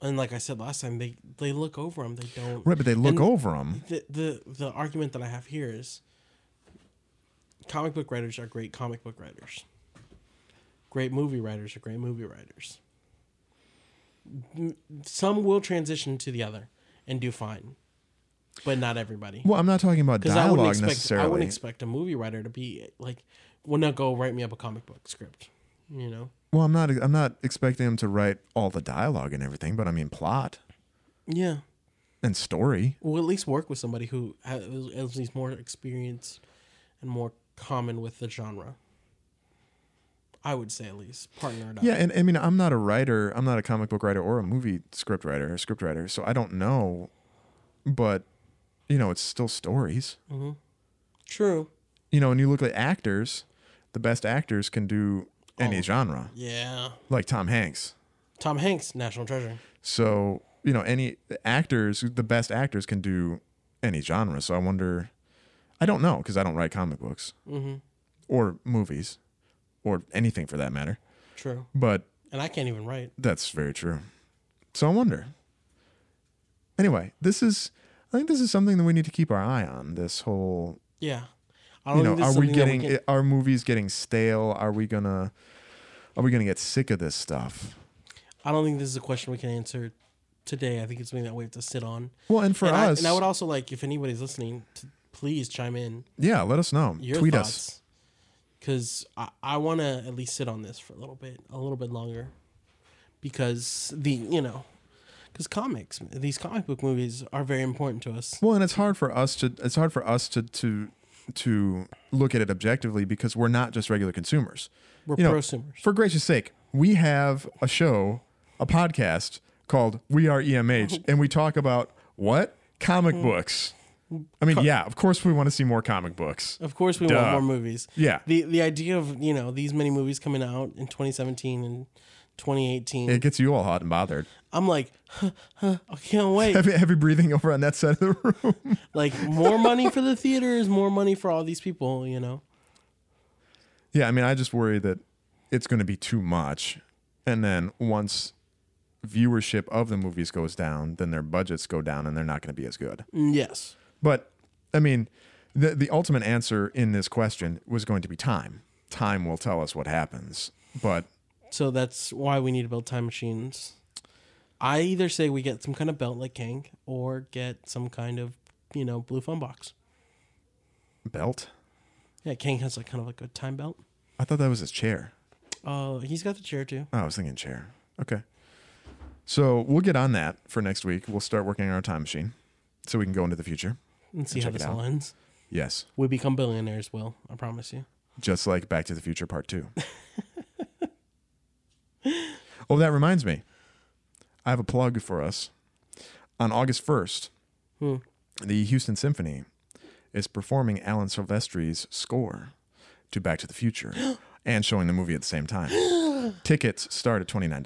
And like I said last time, they they look over them. They don't.
Right, but they look
And-
over 'em. over them.
the the the argument that I have here is comic book writers are great comic book writers. Great movie writers are great movie writers. M- Some will transition to the other and do fine, but not everybody.
Well, I'm not talking about
Because I wouldn't
dialogue
expect I
necessarily.
wouldn't expect a movie writer to be like, well, now go write me up a comic book script, you know?
well, I'm not. I'm not expecting them to write all the dialogue and everything, but I mean plot
Yeah.
and story.
Well, at least work with somebody who has at least more experience and more common with the genre. I would say at least partner it up.
Yeah, and I mean, I'm not a writer. I'm not a comic book writer or a movie script writer or script writer, so I don't know. But you know, it's still stories.
True.
You know, and you look at actors. The best actors can do any
Oh.
genre,
Yeah.
like Tom Hanks.
Tom Hanks, National Treasure.
So you know, any actors, the best actors can do any genre. So I wonder. I don't know because I don't write comic books
Mm-hmm.
or movies or anything for that matter.
True.
But
And I can't even write.
That's very true. So I wonder. Anyway, this is I think this is something that we need to keep our eye on. This whole
Yeah. I
you know,
think Oh, this
are
is
we
something that
getting eh,
can-
are movies getting stale? Are we gonna are we gonna get sick of this stuff?
I don't think this is a question we can answer today. I think it's something that we have to sit on.
Well, and for
and I,
us,
and I would also like if anybody's listening, to please chime in
yeah, let us know.
your
Tweet us.
thoughts. Because I, I want to at least sit on this for a little bit, a little bit longer. Because the, you know, because comics, these comic book movies are very important to us.
Well, and it's hard for us to it's hard for us to to to look at it objectively because we're not just regular consumers.
We're
You know,
prosumers.
For gracious sake, we have a show, a podcast called We Are EMH, and we talk about what comic
Hmm.
books. I mean, yeah, of course we want to see more comic books.
Of course, we
Duh.
want more movies.
Yeah.
The the idea of you know these many movies coming out in 2017 and 2018,
It gets you all hot and bothered.
I'm like, huh, huh, I can't wait.
Heavy, heavy breathing over on that side of the room.
like more money for the theaters, more money for all these people. You know.
Yeah, I mean, I just worry that it's going to be too much. And then once viewership of the movies goes down, then their budgets go down and they're not going to be as good.
Mm, Yes.
But I mean, the the ultimate answer in this question was going to be time. Time will tell us what happens. But
So that's why we need to build time machines. I either say we get some kind of belt like Kang, or get some kind of you know blue phone box.
belt?
Yeah, Kang has like kind of like a time belt.
I thought that was his chair.
Uh, he's got the chair too.
Oh, I was thinking chair. Okay. So we'll get on that for next week. We'll start working on our time machine so we can go into the future.
And see how
check it
this all
out.
ends.
Yes.
We become billionaires, Will. I promise you.
Just like Back to the Future Part 2. oh, that reminds me. I have a plug for us. On August 1st,
Hmm.
the Houston Symphony is performing Alan Silvestri's score to Back to the Future and showing the movie at the same time. Tickets start at $29.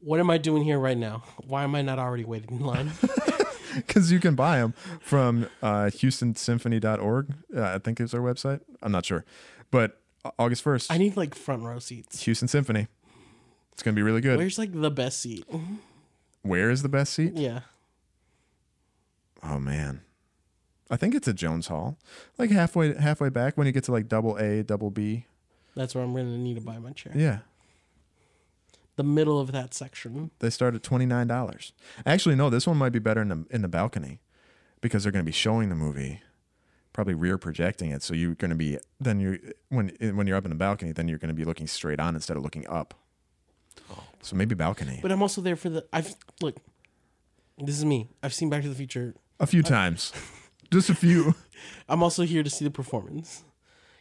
What am I doing here right now? Why am I not already waiting in line?
because you can buy them from uh, HoustonSymphony.org. Uh, I think is their website. I'm not sure, but Au- August first,
I need like front row seats.
Houston Symphony. It's gonna be really good.
Where's like the best seat?
Where is the best seat?
Yeah.
Oh man, I think it's at Jones Hall, like halfway halfway back when you get to like double A, double B.
That's where I'm going to need to buy my chair.
Yeah,
The middle of that section.
they start at twenty nine dollars. Actually, no, this one might be better in the in the balcony because they're gonna be showing the movie. Probably rear projecting it, so you're going to be then you when when you're up in the balcony, then you're going to be looking straight on instead of looking up. So maybe balcony
But I'm also there for the. I've. Look, this is me. I've seen Back to the Future.
a few times, just a few.
I'm also here to see the performance.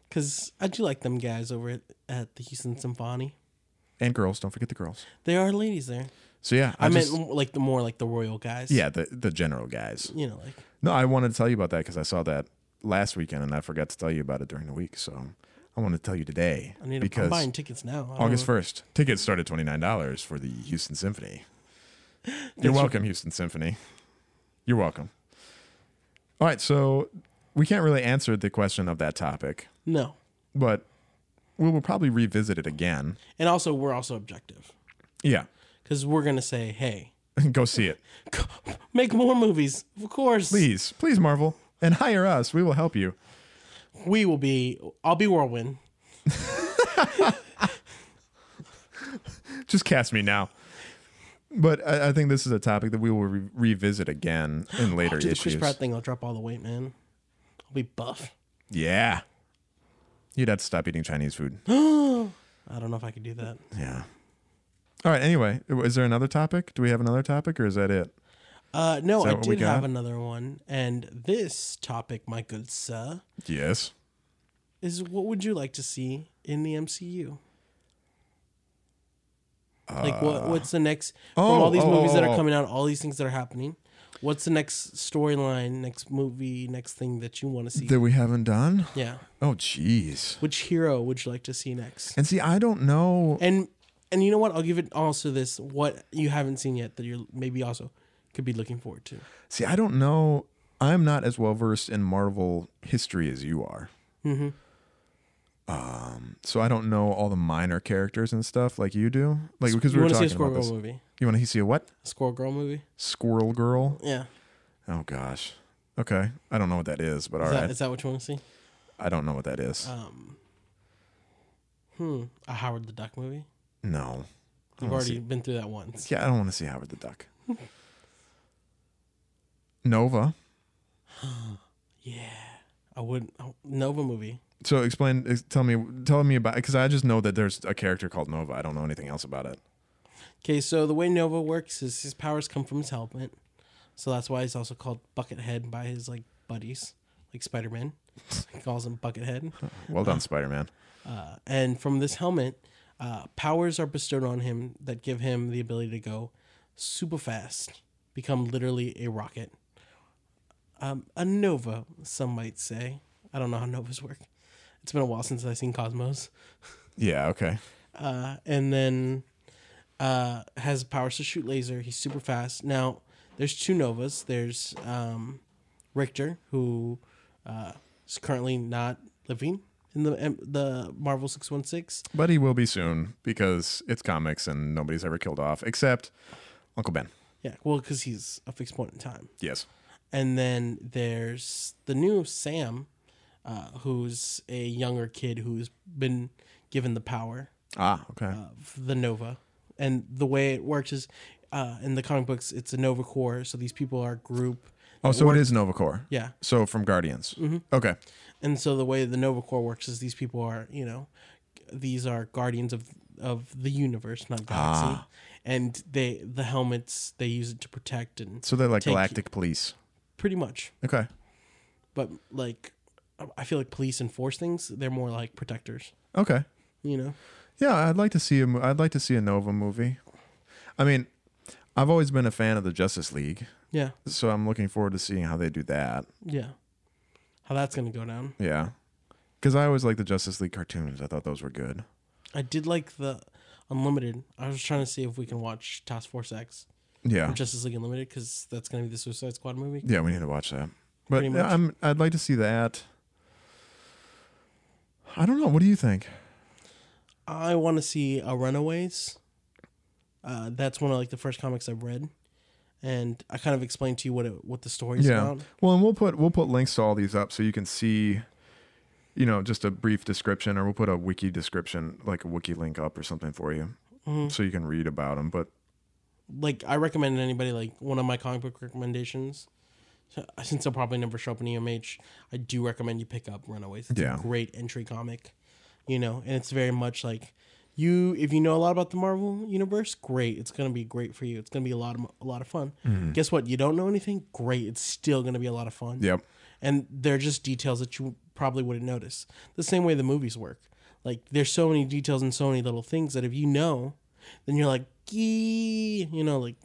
Because I do like them guys over at, at the Houston Symphony.
And girls, don't forget the girls.
There are ladies there.
So yeah,
I,
I,
meant
just
like the more like the royal guys.
yeah the the general guys.
You know, like
No, I wanted to tell you about that because I saw that last weekend and I forgot to tell you about it during the week. So I want to tell you today
I need. To, I'm
because
buying tickets now. I don't
August
know.
first, tickets start at twenty nine dollars for the Houston Symphony. You're welcome, Houston Symphony. You're welcome. All right, so we can't really answer the question of that topic,
No,
but we will probably revisit it again.
and also we're also objective
Yeah,
because we're gonna say, hey,
go see it.
make more movies. Of course,
please, please, Marvel, and hire us. We will help you.
we will be. I'll be Whirlwind.
Just cast me now. But I, I think this is a topic that we will re- revisit again in later
Do the Chris
issues.
Pratt thing. I'll drop all the weight, man. I'll be buff.
yeah, you'd have to stop eating Chinese food.
I don't know if I could do that.
yeah. All right. Anyway, is there another topic? Do we have another topic, or is that it?
Uh, no,
that
I
what we
did have
got?
another one, and this topic, my good sir,
Yes.
is what would you like to see in the MCU? Like what? What's the next from all these
Uh, oh,
movies that
oh,
are
oh.
coming out? All these things that are happening. What's the next storyline? Next movie? Next thing that you want to see?
That we haven't done.
yeah.
Oh, jeez.
Which hero would you like to see next?
And see, I don't know.
And and you know what? I'll give it also this what you haven't seen yet that you're maybe also could be looking forward to.
See, I don't know. I'm not as well versed in Marvel history as you are.
Mm-hmm.
Um, so I don't know all the minor characters and stuff like you do. Like because we
you
were
want to see a
talking
Squirrel Girl
about this.
movie?
You want to see a what?
A Squirrel Girl movie?
Squirrel Girl.
Yeah.
Oh gosh. Okay. I don't know what that is, but all
Is,
right.
that, is Uh. that what you want to see? Um,
I don't know what that is.
hmm, A Howard the Duck movie?
no.
You've already been through that once.
Yeah, I don't want to see Howard the Duck. Nova.
I would oh, Nova movie.
So explain. ex- Tell me. Tell me about. Because I just know that there's a character called Nova. I don't know anything else about it.
Okay, so the way Nova works is his powers come from his helmet, so that's why he's also called Buckethead by his like buddies, like Spider Man. he calls him Buckethead,
Well done, Spider Man.
Uh, and from this helmet, uh, powers are bestowed on him that give him the ability to go super fast, become literally a rocket, um, a Nova. Some might say. I don't know how Novas work. It's been a while since I've seen Cosmos.
Yeah. Okay.
and then uh, has powers to shoot laser. He's super fast. Now, there's two Novas. There's um, Richter, who uh, is currently not living in the M- the Marvel 616.
But he will be soon because it's comics and nobody's ever killed off except Uncle Ben.
Yeah, well, because he's a fixed point in time.
Yes.
And then there's the new Sam, uh, who's a younger kid who's been given the power.
Ah. Okay.
the Nova, and the way it works is, uh, in the comic books, it's a Nova Corps. So these people are a group.
oh, so it is Nova Corps.
Yeah.
So from Guardians. Okay.
And so the way the Nova Corps works is these people are, you know, these are guardians of of the universe, not galaxy. And they the helmets they use it to protect and
So they're like
Take-
galactic police.
pretty much.
Okay.
But like, I feel like police enforce things. They're more like protectors.
Okay.
You know,
Yeah, I'd like to see a mo- I'd like to see a Nova movie. I mean, I've always been a fan of the Justice League,
yeah,
so I'm looking forward to seeing how they do that.
yeah. How that's gonna go down.
Yeah. Cuz I always liked the Justice League cartoons. I thought those were good.
I did like the Unlimited. I was trying to see if we can watch Task Force X
Yeah.
or Justice League Unlimited because that's gonna be the Suicide Squad movie.
yeah, we need to watch that. But
Pretty much.
I'm I'd like to see that. I don't know. What do you think?
I want to see a Runaways. Uh, that's one of like the first comics I've read, and I kind of explained to you what it, what the story's
yeah.
about.
Well, and we'll put we'll put links to all these up so you can see, you know, just a brief description, or we'll put a wiki description, like a wiki link up or something for you,
Mm-hmm.
so you can read about them. But
Like I recommend anybody like one of my comic book recommendations. So, uh, Since I'll probably never show up in EMH, I do recommend you pick up Runaways. It's
Yeah.
a great entry comic, you know, and it's very much like you. If you know a lot about the Marvel universe, great. It's gonna be great for you. It's gonna be a lot of a lot of fun.
Mm-hmm.
Guess what? You don't know anything, great. It's still gonna be a lot of fun.
yep,
and they're just details that you probably wouldn't notice. The same way the movies work. Like there's so many details and so many little things that if you know, then you're like gee, you know, like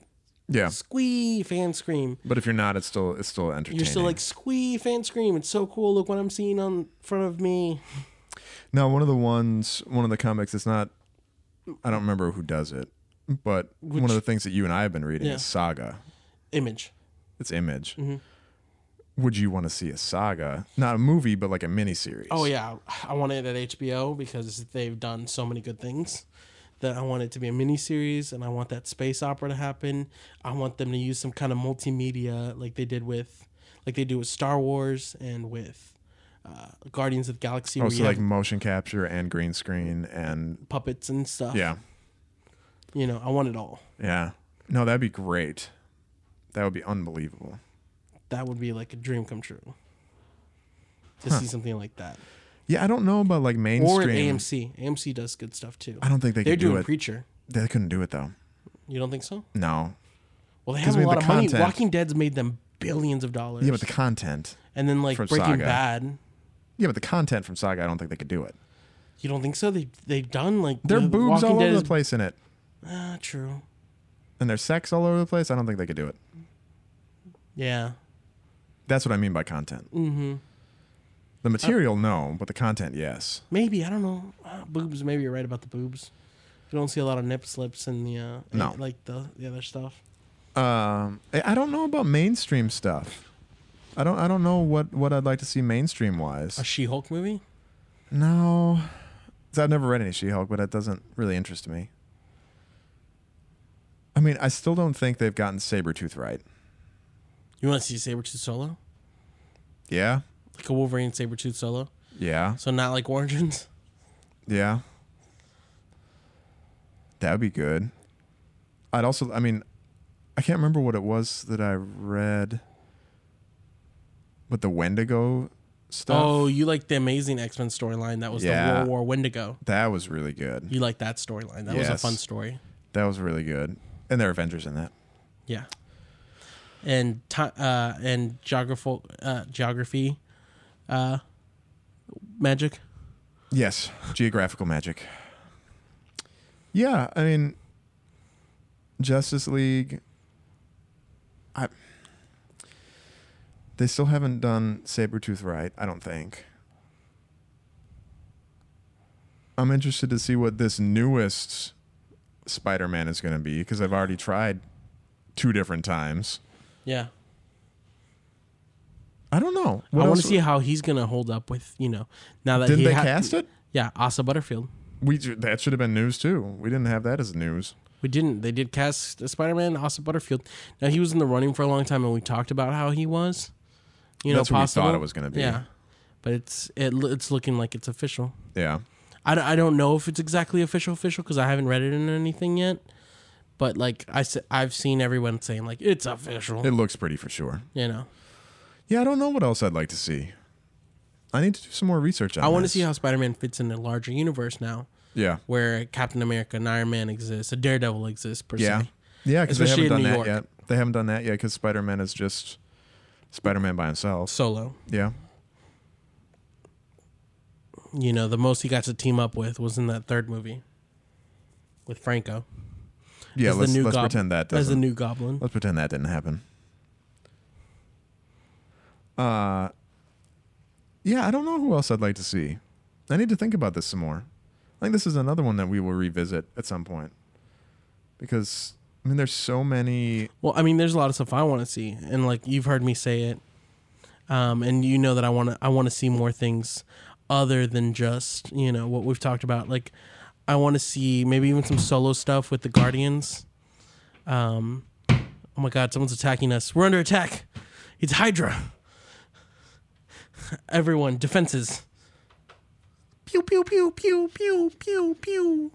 yeah.
squee fan scream.
But if you're not, it's still it's still entertaining.
You're still like squee fan scream. It's so cool. Look what I'm seeing on front of me.
no one of the ones one of the comics. It's not. I don't remember who does it, but one of the things that you and I have been reading
Yeah.
is Saga.
Image.
It's Image.
Mm-hmm.
Would you want to see a saga, not a movie, but like a miniseries?
Oh yeah, I want it at HBO because they've done so many good things. That I want it to be a miniseries, and I want that space opera to happen. I want them to use some kind of multimedia, like they did with, like they do with Star Wars and with uh, Guardians of the Galaxy, where
Also,
you
Oh, like
have
motion capture and green screen and
puppets and stuff.
yeah.
you know, I want it all.
Yeah. No, that'd be great. That would be unbelievable.
That would be like a dream come true. To see something like that,
Yeah, I don't know about like
or
mainstream.
at AMC. AMC does good stuff too.
I don't think they
They're
could do
doing
it.
Preacher.
They couldn't do it though.
You don't think so?
No.
Well, they
'Cause
have a
we have
lot
the
of
content.
money. Walking Dead's made them billions of dollars.
Yeah, but the content.
and then like
from
Breaking
Saga.
Bad.
Yeah, but the content from Saga, I don't think they could do it.
You don't think so? They they've done like
There are
the
boobs
Walking
all
Dead
over
is-
the place in it,
Ah, true.
and there's sex all over the place. I don't think they could do it.
Yeah,
That's what I mean by content. Mm-hmm. The material, no, but the content, yes.
maybe I don't know. Ah, boobs. Maybe you're right about the boobs. You don't see a lot of nip slips in the uh,
No.
like the the other stuff.
Um, I I don't know about mainstream stuff. I don't. I don't know what what I'd like to see mainstream wise.
A She-Hulk movie.
No, 'Cause I've never read any She-Hulk, but it doesn't really interest me. I mean, I still don't think they've gotten Sabretooth right.
You want to see Sabretooth solo?
Yeah,
Like a Wolverine Sabretooth solo.
yeah,
So not like Origins.
yeah. That would be good. I'd also, I mean, I can't remember what it was that I read, but the Wendigo stuff.
Oh, you like the Amazing X-Men storyline? That was
Yeah.
the World War Wendigo.
that was really good.
You like that storyline? That was a
Yes.
fun story.
That was really good. And there are Avengers in that.
Yeah. And ti uh, and geography, uh, geography, uh, magic.
Yes, geographical magic. Yeah, I mean, Justice League. I. They still haven't done Sabretooth right, I don't think. I'm interested to see what this newest Spider Man is going to be because I've already tried two different times.
Yeah,
I don't know. What
I want
else-
to see how he's gonna hold up with you know now that
Didn't
he
they
ha-
cast it?
Yeah, Asa Butterfield.
We ju- that should have been news too. We didn't have that as news.
We didn't. They did cast Spider Man, Asa Butterfield. Now he was in the running for a long time, and we talked about how he was. You know,
That's what we
possible.
thought it was gonna be.
Yeah, but it's it, lo- it's looking like it's official.
Yeah.
I, d- I don't know if it's exactly official official because I haven't read it in anything yet. But like I s- I've seen everyone saying like it's official.
It looks pretty for sure.
you know.
Yeah, I don't know what else I'd like to see. I need to do some more research on
I want to
this.
see how Spider Man fits in a larger universe now,
Yeah.
where Captain America and Iron Man exists, a Daredevil exists per
Yeah.
se.
Yeah, because they
Especially
haven't done
in New
that
York.
yet. They haven't done that yet because Spider Man is just Spider Man by himself.
Solo.
Yeah.
You know, the most he got to team up with was in that third movie with Franco.
Yeah,
as the
let's,
new
let's
gob-
pretend that
as the
doesn't.
new Goblin.
let's pretend that didn't happen. Uh, yeah, I don't know who else I'd like to see. I need to think about this some more. I think this is another one that we will revisit at some point because I mean, there's so many.
Well, I mean, there's a lot of stuff I want to see, and like you've heard me say it, um, and you know that I want to I want to see more things other than just you know what we've talked about. Like, I want to see maybe even some solo stuff with the Guardians. Um, oh my God, someone's attacking us. We're under attack. It's Hydra. Everyone, defenses. Pew pew pew pew pew pew pew.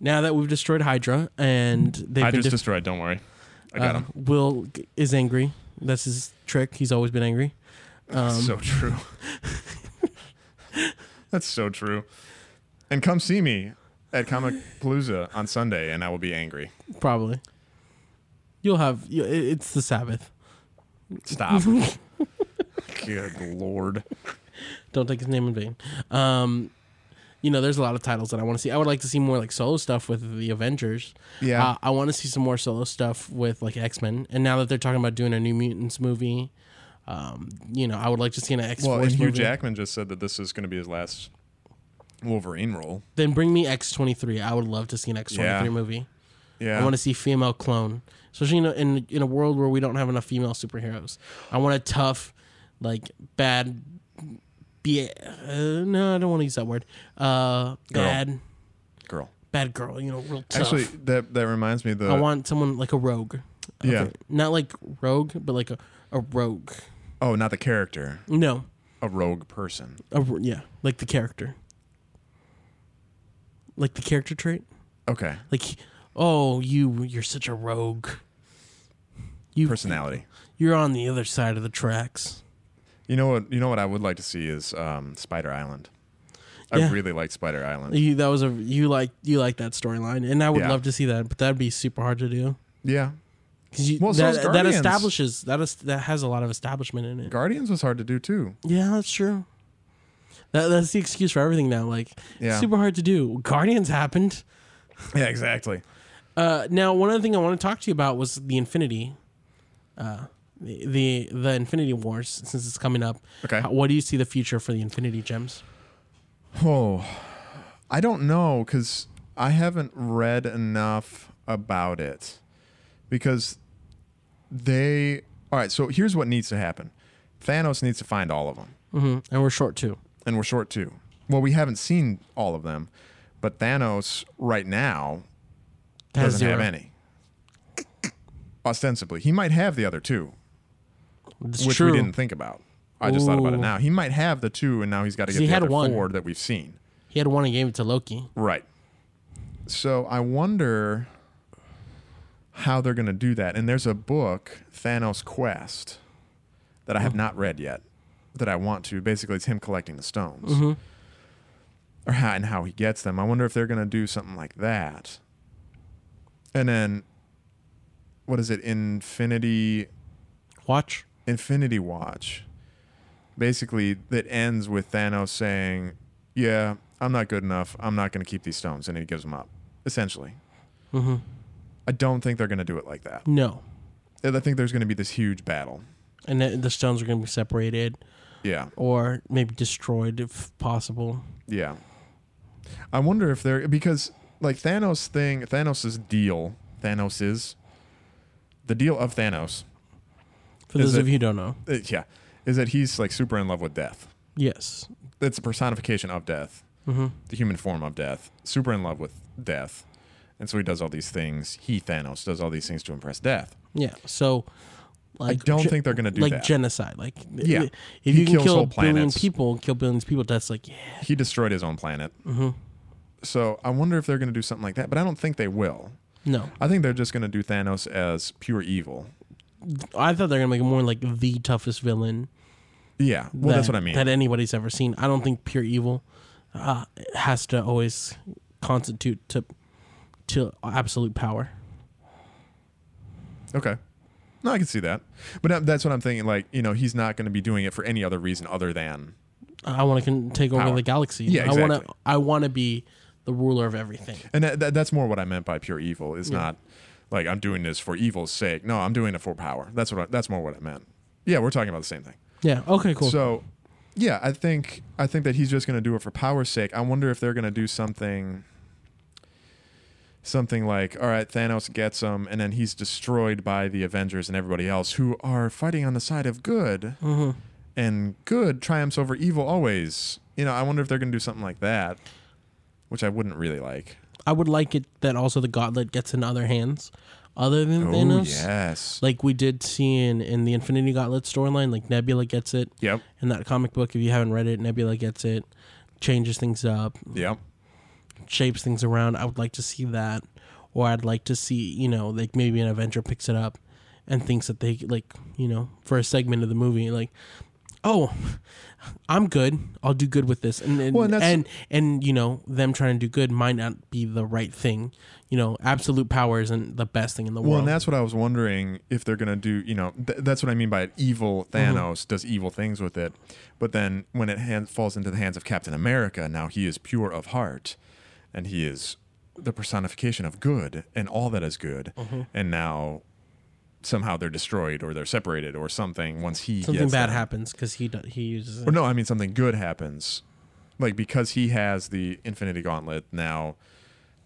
Now that we've destroyed Hydra and they've
I
been
just
def-
destroyed. Don't worry, I got
uh,
him.
Will g- is angry. That's his trick. He's always been angry.
so true. That's so true. And come see me at Comic Palooza on Sunday, and I will be angry.
Probably. You'll have. You, i- it's the Sabbath.
Stop. Good lord.
Don't take his name in vain. Um, you know, there's a lot of titles that I want to see. I would like to see more like solo stuff with the Avengers.
Yeah.
Uh, I want to see some more solo stuff with like X Men. And now that they're talking about doing a New Mutants movie, um, you know, I would like to see an X
Well,
Force
and
movie.
Hugh Jackman just said that this is going to be his last Wolverine role.
Then bring me X twenty three. I would love to see an X twenty
Yeah.
three movie.
Yeah.
I want to see female clone, especially in a, in in a world where we don't have enough female superheroes. I want a tough, like bad, be uh, no, I don't want to use that word. Uh,
Girl.
bad,
girl.
bad girl. You know, real tough.
Actually, that that reminds me the
I want someone like a rogue.
Yeah.
not like rogue, but like a, a rogue.
Oh, not the character.
No,
A rogue person.
a, ro- yeah, like the character, like the character trait.
Okay.
Like, oh, you, you're such a rogue. You
Personality.
You're on the other side of the tracks.
You know what you know what I would like to see is um, Spider Island. I
Yeah.
really like Spider Island.
You, that was a you like you like that storyline, and I would
Yeah.
love to see that, but that'd be super hard to do
Yeah.
because
Well, so
that,
is
that
Guardians.
establishes that is that has a lot of establishment in it.
Guardians was hard to do too.
yeah, that's true. That, that's the excuse for everything now. Like,
Yeah.
super hard to do. Guardians happened.
Yeah, exactly.
Uh, now, one other thing I want to talk to you about was the Infinity, uh, the, the the Infinity Wars. Since it's coming up,
Okay.
How- what do you see the future for the Infinity Gems?
Oh, I don't know because I haven't read enough about it. Because they. All right, so here's what needs to happen Thanos needs to find all of them,
And we're short too.
and we're short too. Well, we haven't seen all of them, but Thanos right now
Has
doesn't have
zero.
any. Ostensibly, he might have the other two,
It's
which
true.
we didn't think about. I just thought about it
Ooh.
now. He might have the two, and now he's got to get
he
the
had
other
one.
four that we've seen.
He had one and gave it to Loki.
Right. So I wonder how they're going to do that. And there's a book, Thanos Quest, that I
Hmm.
have not read yet, that I want to. Basically, it's him collecting the stones,
Mm-hmm.
or how and how he gets them. I wonder if they're going to do something like that. And then, what is it? Infinity
Watch.
Infinity Watch. Basically, that ends with Thanos saying, "Yeah, I'm not good enough. I'm not going to keep these stones," and he gives them up. Essentially, I don't think they're going to do it like that.
No.
I think there's going to be this huge battle.
And the, the stones are going to be separated
Yeah,
or maybe destroyed if possible.
yeah. I wonder if they're because like Thanos thing, Thanos's deal, Thanos is the deal of Thanos.
For
Is
those of
it-
you who don't know,
uh, yeah, is that he's like super in love with death.
yes.
it's a personification of death,
Mm-hmm.
the human form of death. Super in love with death, and so he does all these things. He Thanos does all these things to impress death.
Yeah. So, like,
don't think they're gonna do
like
that.
genocide. Like,
Yeah.
if
He
you can
kills
kill
whole
a billion
planets.
people, kill billions of people, that's like, yeah.
He destroyed his own planet.
Mm-hmm.
So I wonder if they're going to do something like that, but I don't think they will.
No.
I think they're just going to do Thanos as pure evil.
I thought they were going to make him more like the toughest villain
Yeah, well, that's
that-
what I mean.
That anybody's ever seen. I don't think pure evil uh, has to always constitute to to absolute power.
Okay. No, I can see that. But that- that's what I'm thinking. Like, you know, he's not going to be doing it for any other reason other than.
I want to can take over
Power.
the galaxy.
Yeah,
I want to.
exactly.
I want to be the ruler of everything.
And that, that, that's more what I meant by pure evil. Is not like I'm doing this for evil's sake. No, I'm doing it for power. That's what. I, that's more what I meant. Yeah, we're talking about the same thing.
Yeah. Okay. Cool.
So, yeah, I think I think that he's just going to do it for power's sake. I wonder if they're going to do something something like, all right, Thanos gets him and then he's destroyed by the Avengers and everybody else who are fighting on the side of good. And good triumphs over evil always. You know, I wonder if they're going to do something like that, which I wouldn't really like.
I would like it that also the gauntlet gets in other hands, other than
Oh,
Thanos.
yes.
Like we did see in, in the Infinity Gauntlet storyline, like Nebula gets it.
Yep.
In that comic book, if you haven't read it, Nebula gets it, changes things up,
Yep.
shapes things around. I would like to see that, or I'd like to see you know like maybe an Avenger picks it up, and thinks that they like you know for a segment of the movie like, oh, I'm good. I'll do good with this, and and
Well, and
and,
that's-
and you know them trying to do good might not be the right thing. You know, absolute power isn't the best thing in the
Well,
world.
and that's what I was wondering if they're going to do, you know, th- that's what I mean by it. Evil Thanos does evil things with it. But then when it hand- falls into the hands of Captain America, now he is pure of heart and he is the personification of good and all that is good. And now somehow they're destroyed or they're separated or something once he
Something
gets
bad
them.
happens because he do- he uses it.
Or no, I mean something good happens. Like because he has the Infinity Gauntlet now,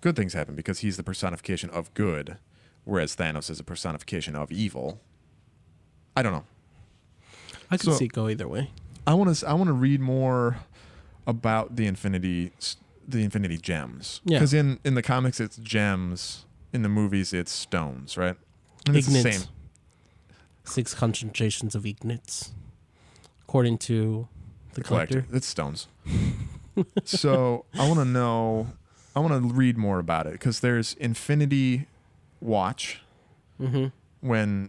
good things happen because he's the personification of good, whereas Thanos is a personification of evil. I don't know.
I could
so-
see it go either way.
I want to. I want to read more about the Infinity, s- the Infinity Gems.
Yeah.
Because in in the comics it's gems, in the movies it's stones, right? And it's the
Ignitz.
same.
Six concentrations of Ignitz, according to the collector.
collector. It's stones. so I want to know. I want to read more about it because there's Infinity Watch
Mm-hmm.
when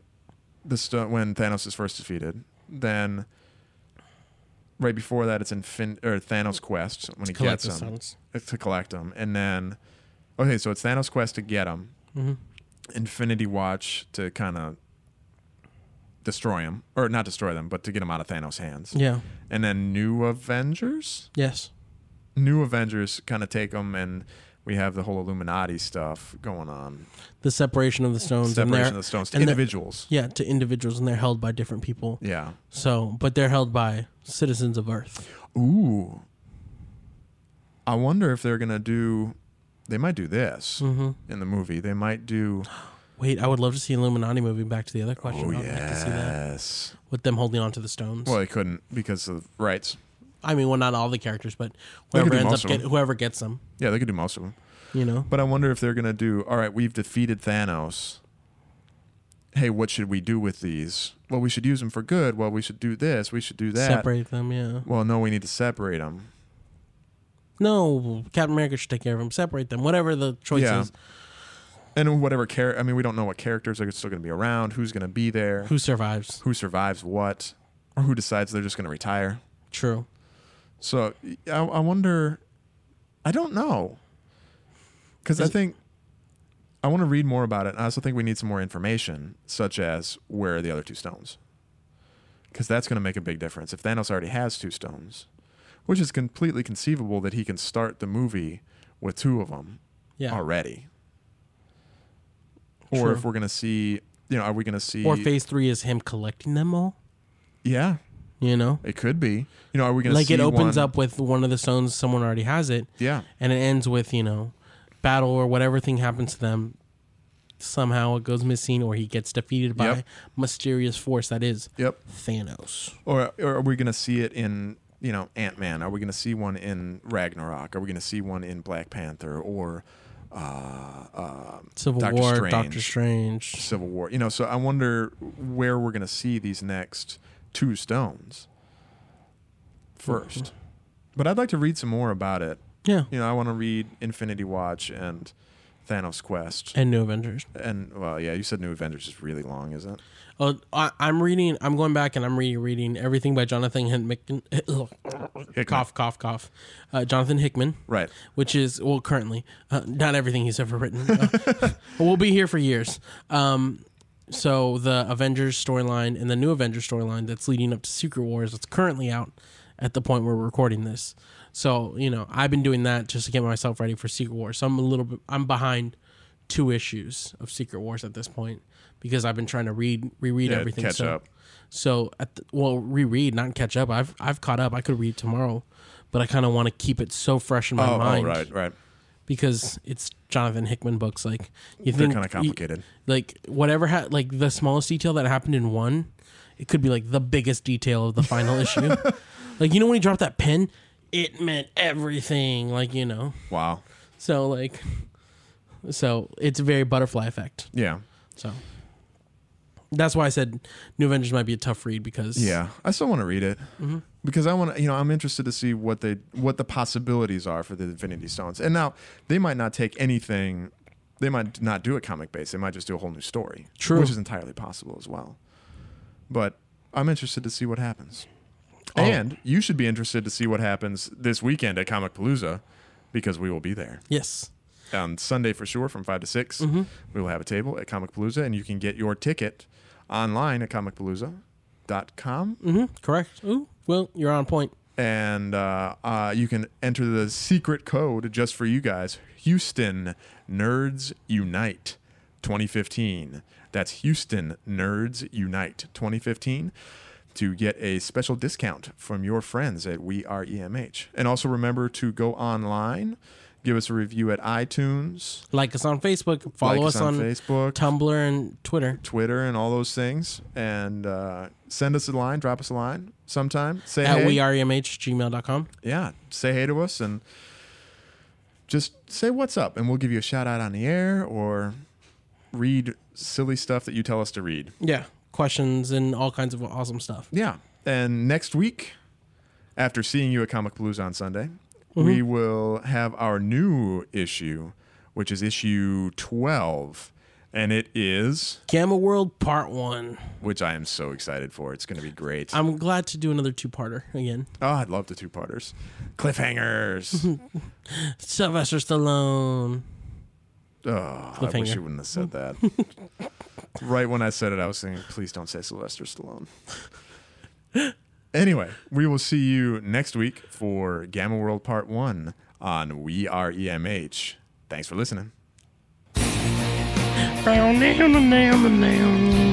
the sto- when Thanos is first defeated. Then right before that, it's Infin or Thanos Quest when he
collect
gets
the
him
stones.
It's to collect them, and then okay, so it's Thanos Quest to get him.
Mm-hmm.
Infinity Watch to kind of destroy him or not destroy them, but to get him out of Thanos' hands
Yeah.
and then new avengers
Yes.
new avengers kind of take them and we have the whole illuminati stuff going on
The separation of the stones. and
separation
they're-
of the stones to
and they're-
individuals
Yeah, to individuals, and they're held by different people.
yeah
So, but they're held by citizens of Earth.
ooh i wonder if they're gonna do they might do this
Mm-hmm.
in the movie they might do
Wait, I would love to see Illuminati movie. Back to the other question.
Oh,
I would like to see that
yes
with them holding on to the stones.
well they couldn't because of rights
I mean, well, not all the characters, but
They
whoever
could do
ends
most
up
of
get,
them.
whoever gets them,
yeah they could do most of them
you know.
But I wonder if they're going to do, all right, we've defeated Thanos. Hey, what should we do with these? Well, we should use them for good. Well, we should do this. We should do that.
Separate them, yeah.
Well, no, we need to separate them.
No, Captain America should take care of them. Separate them, whatever the choice
Yeah.
is.
And whatever character, I mean, we don't know what characters are still going to be around, who's going to be there,
Who survives?
who survives what, or who decides they're just going to retire.
True.
So I, I wonder. I don't know. Because I
Is-
think I want to read more about it. I also think we need some more information, such as where are the other two stones? Because that's going to make a big difference. If Thanos already has two stones, which is completely conceivable that he can start the movie with two of them
Yeah.
already. Or
True.
if we're going to see, you know, are we going to see.
Or phase three is him collecting them all.
Yeah,
You know,
it could be. You know, are we going to
like
see.
it opens
one-
up with one of the stones someone already has it.
Yeah.
and it ends with you know battle or whatever thing happens to them somehow it goes missing or he gets defeated by
Yep.
mysterious force that is
Yep.
thanos
or, or are we going to see it in you know Ant Man? Are we going to see one in Ragnarok? Are we going to see one in Black Panther or
civil
Doctor
war
Strange.
doctor strange
Civil War? You know, so I wonder where we're going to see these next two stones first. But I'd like to read some more about it.
Mm-hmm. yeah
You know, I want to read Infinity Watch and Thanos quest.
and New Avengers.
And well, yeah, you said New Avengers is really long, is it?
Oh, I, I'm reading. I'm going back and I'm rereading everything by Jonathan Hickman. Cough, cough, cough. Uh, Jonathan Hickman.
Right.
Which is well, currently uh, not everything he's ever written. Uh, we'll be here for years. Um, so the Avengers storyline and the new Avengers storyline that's leading up to Secret Wars that's currently out at the point where we're recording this. So you know, I've been doing that just to get myself ready for Secret Wars. So I'm a little bit. I'm behind two issues of Secret Wars at this point because I've been trying to read reread
Yeah,
everything.
catch
so,
up.
So at the, well, reread, not catch up. I've I've caught up. I could read tomorrow, but I kind of want to keep it so fresh in my
Oh, oh,
mind
right, right.
because it's Jonathan Hickman books. Like you
They're
think e
kind of complicated.
like whatever, ha- like the smallest detail that happened in one, it could be like the biggest detail of the final issue. Like you know when he dropped that pin, it meant everything. Like you know,
Wow.
so like, so it's a very butterfly effect.
Yeah.
So that's why I said New Avengers might be a tough read because
Yeah, I still want to read it
Mm-hmm.
because I want to. You know, I'm interested to see what they what the possibilities are for the Infinity Stones. And now they might not take anything. They might not do a comic base. They might just do a whole new story.
True.
which is entirely possible as well. But I'm interested to see what happens.
Oh.
And you should be interested to see what happens this weekend at Comic Palooza because we will be there
yes,
on Sunday for sure from 5 to 6. We will have a table at Comic Palooza and you can get your ticket online at comicpalooza.com
correct. Ooh, well, you're on point.
and uh, uh, you can enter the secret code just for you guys Houston Nerds Unite 2015. That's Houston Nerds Unite 2015 to get a special discount from your friends at We Are EMH. And also remember to go online, give us a review at iTunes,
Like us on Facebook, follow
Like
us, on,
Facebook,
Tumblr, and Twitter.
Twitter, and all those things, and uh, send us a line, drop us a line sometime. Say
At
hey.
wearemhgmail.com.
yeah, say hey to us and just say what's up, and we'll give you a shout out on the air or read silly stuff that you tell us to read.
Yeah. Questions and all kinds of awesome stuff.
Yeah. And next week, after seeing you at Comic Blues on Sunday, we will have our new issue, which is issue 12. And it is,
Gamma World Part 1.
which I am so excited for. It's going to be great.
I'm glad to do another two parter again.
oh, I'd love the two parters. Cliffhangers.
Sylvester Stallone.
oh, I wish
Cliffhanger.
you wouldn't have said that. right when I said it, I was thinking, please don't say Sylvester Stallone. anyway, we will see you next week for Gamma World Part 1 on We Are E EMH. Thanks for listening.
Down, down, down, down.